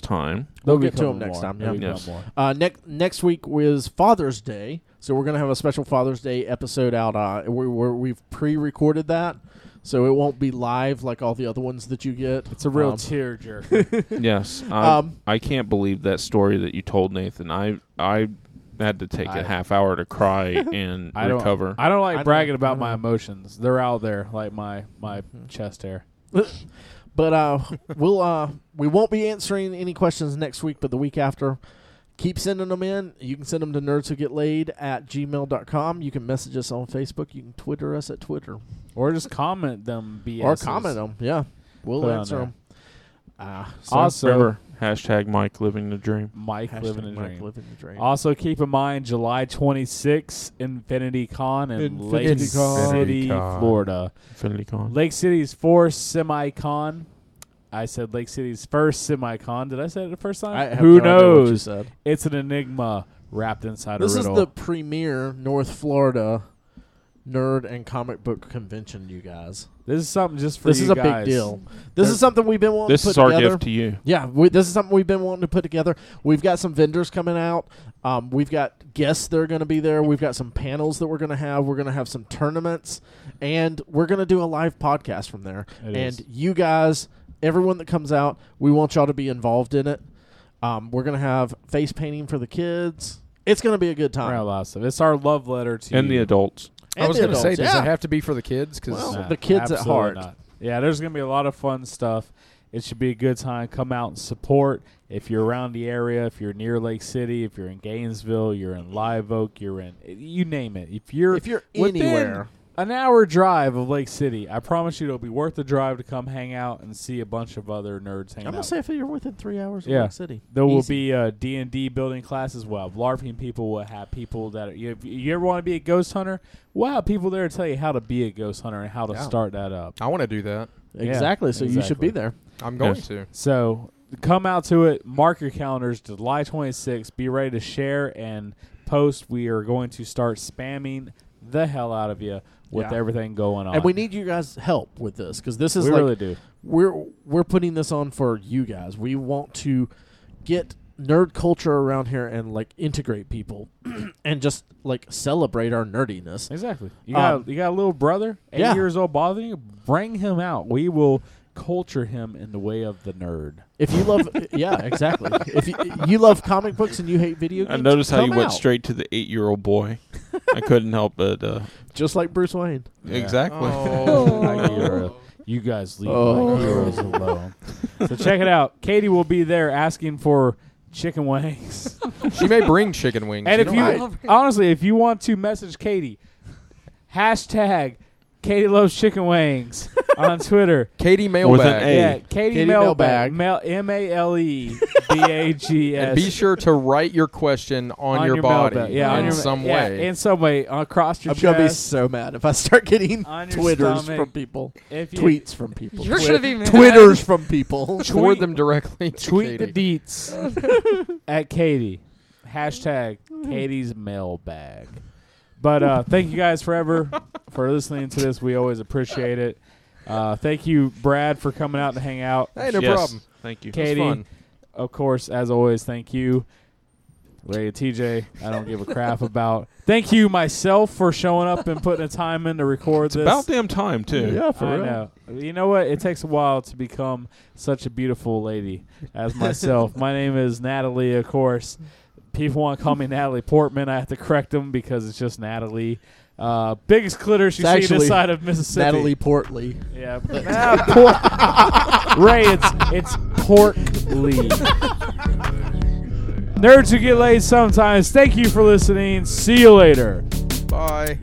[laughs]
time,
We'll
There'll
get
be
to
coming
'em next
more.
time,
There'll
yeah.
be
Yes.
coming more.
Uh, next next week was Father's Day, so we're gonna have a special Father's Day episode out. Uh, we we're, we've pre-recorded that, so it won't be live like all the other ones that you get.
It's a real
Um,
tearjerker. [laughs]
yes, I,
Um,
I can't believe that story that you told Nathan. I I had to take a
I-
half hour to cry and
[laughs] I don't.
recover.
I Mm-hmm. don't like
I don't-
bragging
I
about
don't-
my emotions. They're out there, like my my chest hair.
but uh, we'll uh, we won't be answering any questions next week, but the week after. Keep sending them in. You can send them to nerds who get laid at gmail.com. You can message us on Facebook. You can Twitter us at Twitter.
Or just comment them. BS.
Or comment them. Yeah. We'll
Put it on
answer
there.
them. Uh,
So,
Ah, also-
remember, hashtag Mike living the dream.
Mike
hashtag
living a
Mike
dream.
living the dream.
Also, keep in mind July 26th, Infinity Con in
Infinity
Lake
Con.
City,
Infinity Con.
Florida.
Infinity Con.
Lake City's first semi-con. I said Lake City's first semi-con. Did I say it the first
I
time?
have
Who
no idea what you
knows?
said.
It's an enigma wrapped inside
This
a
is
riddle.
the premier North Florida nerd and comic book convention, you guys.
this is something just for
this
you
is a
guys.
big deal. This is something we've been wanting
This
to put
is our
together.
gift to you.
Yeah, we, this is something we've been wanting to put together. We've got some vendors coming out. Um, we've got guests that are going to be there. We've got some panels that we're going to have. We're going to have some tournaments, and we're going to do a live podcast from there.
It
and
is.
you guys, everyone that comes out, we want y'all to be involved in it. Um, we're going to have face painting for the kids. It's going to be a good
We're
time.
gonna have lots of stuff. It's our love letter to
And the
you.
adults.
I was
the
going to say,
adults,
does
yeah.
it have to be for the kids? Because
Well,
Nah,
the kids at
absolutely
heart.
not. Yeah, there's gonna be a lot of fun stuff. It should be a good time. Come out and support. If you're around the area, if you're near Lake City, if you're in Gainesville, you're in Live Oak, you're in you name it. If you're
If you're
within
anywhere.
an hour drive of Lake City, I promise you it'll be worth the drive to come hang out and see a bunch of other nerds hang
I'm gonna
out.
say if you're within three hours of
Yeah.
Lake City,
There will
Easy.
be uh, D and D building classes. We'll have LARPing people. We'll have people that are, you, if you ever want to be a ghost hunter. We'll have people there to tell you how to be a ghost hunter and how to
Yeah.
start that up.
I want to do that.
Yeah,
exactly. So you should
exactly.
be there.
I'm going
Yes.
to.
So come out to it. Mark your calendars, July 26th. Be ready to share and post. We are going to start spamming the hell out of you with
Yeah.
everything going on.
And we need you guys' help with this because this is
we
like
really do.
we're we're putting this on for you guys. We want to get nerd culture around here and like integrate people [clears throat] and just like celebrate our nerdiness.
Exactly. You got
Um,
you got a little brother, eight
yeah.
years old, bothering you. Bring him out. We will culture him in the way of the nerd.
If
[laughs]
you love, yeah, exactly. If you, you love comic books and you hate video
I
games,
noticed how you
come
went
out.
straight to the eight year old boy.
[laughs]
I couldn't help but. Uh,
just like Bruce Wayne.
Yeah.
Exactly. [laughs]
Oh.
My hero. You guys leave
Oh.
my heroes alone. so check it out. Katie will be there asking for chicken wings.
[laughs] she may bring chicken wings.
And if
don't
you
know.
know.
honestly, if you want to message Katie, hashtag Katie loves chicken wings on Twitter.
[laughs] Katie
With an
mailbag,
A.
Yeah, Katie,
Katie
Mailbag.
Mailbag.
Mail M A L E B A G S.
[laughs] and be sure to write your question on, your, body,
mailbag. yeah, on
in
your,
some
yeah,
way.
in some way, across your
I'm gonna be
chest.
so mad if I start getting
On your
twitters
stomach.
from people,
If you-
tweets from people,
You're gonna be mad.
twitters
[laughs]
from people.
Forward them directly to
tweet
Katie.
the deets at Katie. Hashtag Katie's mailbag. But uh, thank you guys forever for listening to this. We always appreciate it. Uh, thank you, Brad, for coming out to hang out.
Hey, no
Yes.
problem.
Thank you.
It was
Katie,
fun.
of course, as always, thank you. Ray TJ, I don't give a crap about. Thank you myself for showing up and putting the time in to record this.
About damn time too.
Yeah, for
I
real.
know. You know what? It takes a while to become such a beautiful lady as myself. My name is Natalie, of course. People want to call me Natalie Portman. I have to correct them because it's just Natalie. Uh, biggest clitters you
It's
see this
actually
side of Mississippi.
Natalie Portley.
Yeah.
[laughs]
Nah, Port- [laughs] Ray, it's it's Portly. Nerds who get laid sometimes. Thank you for listening. See you later.
Bye.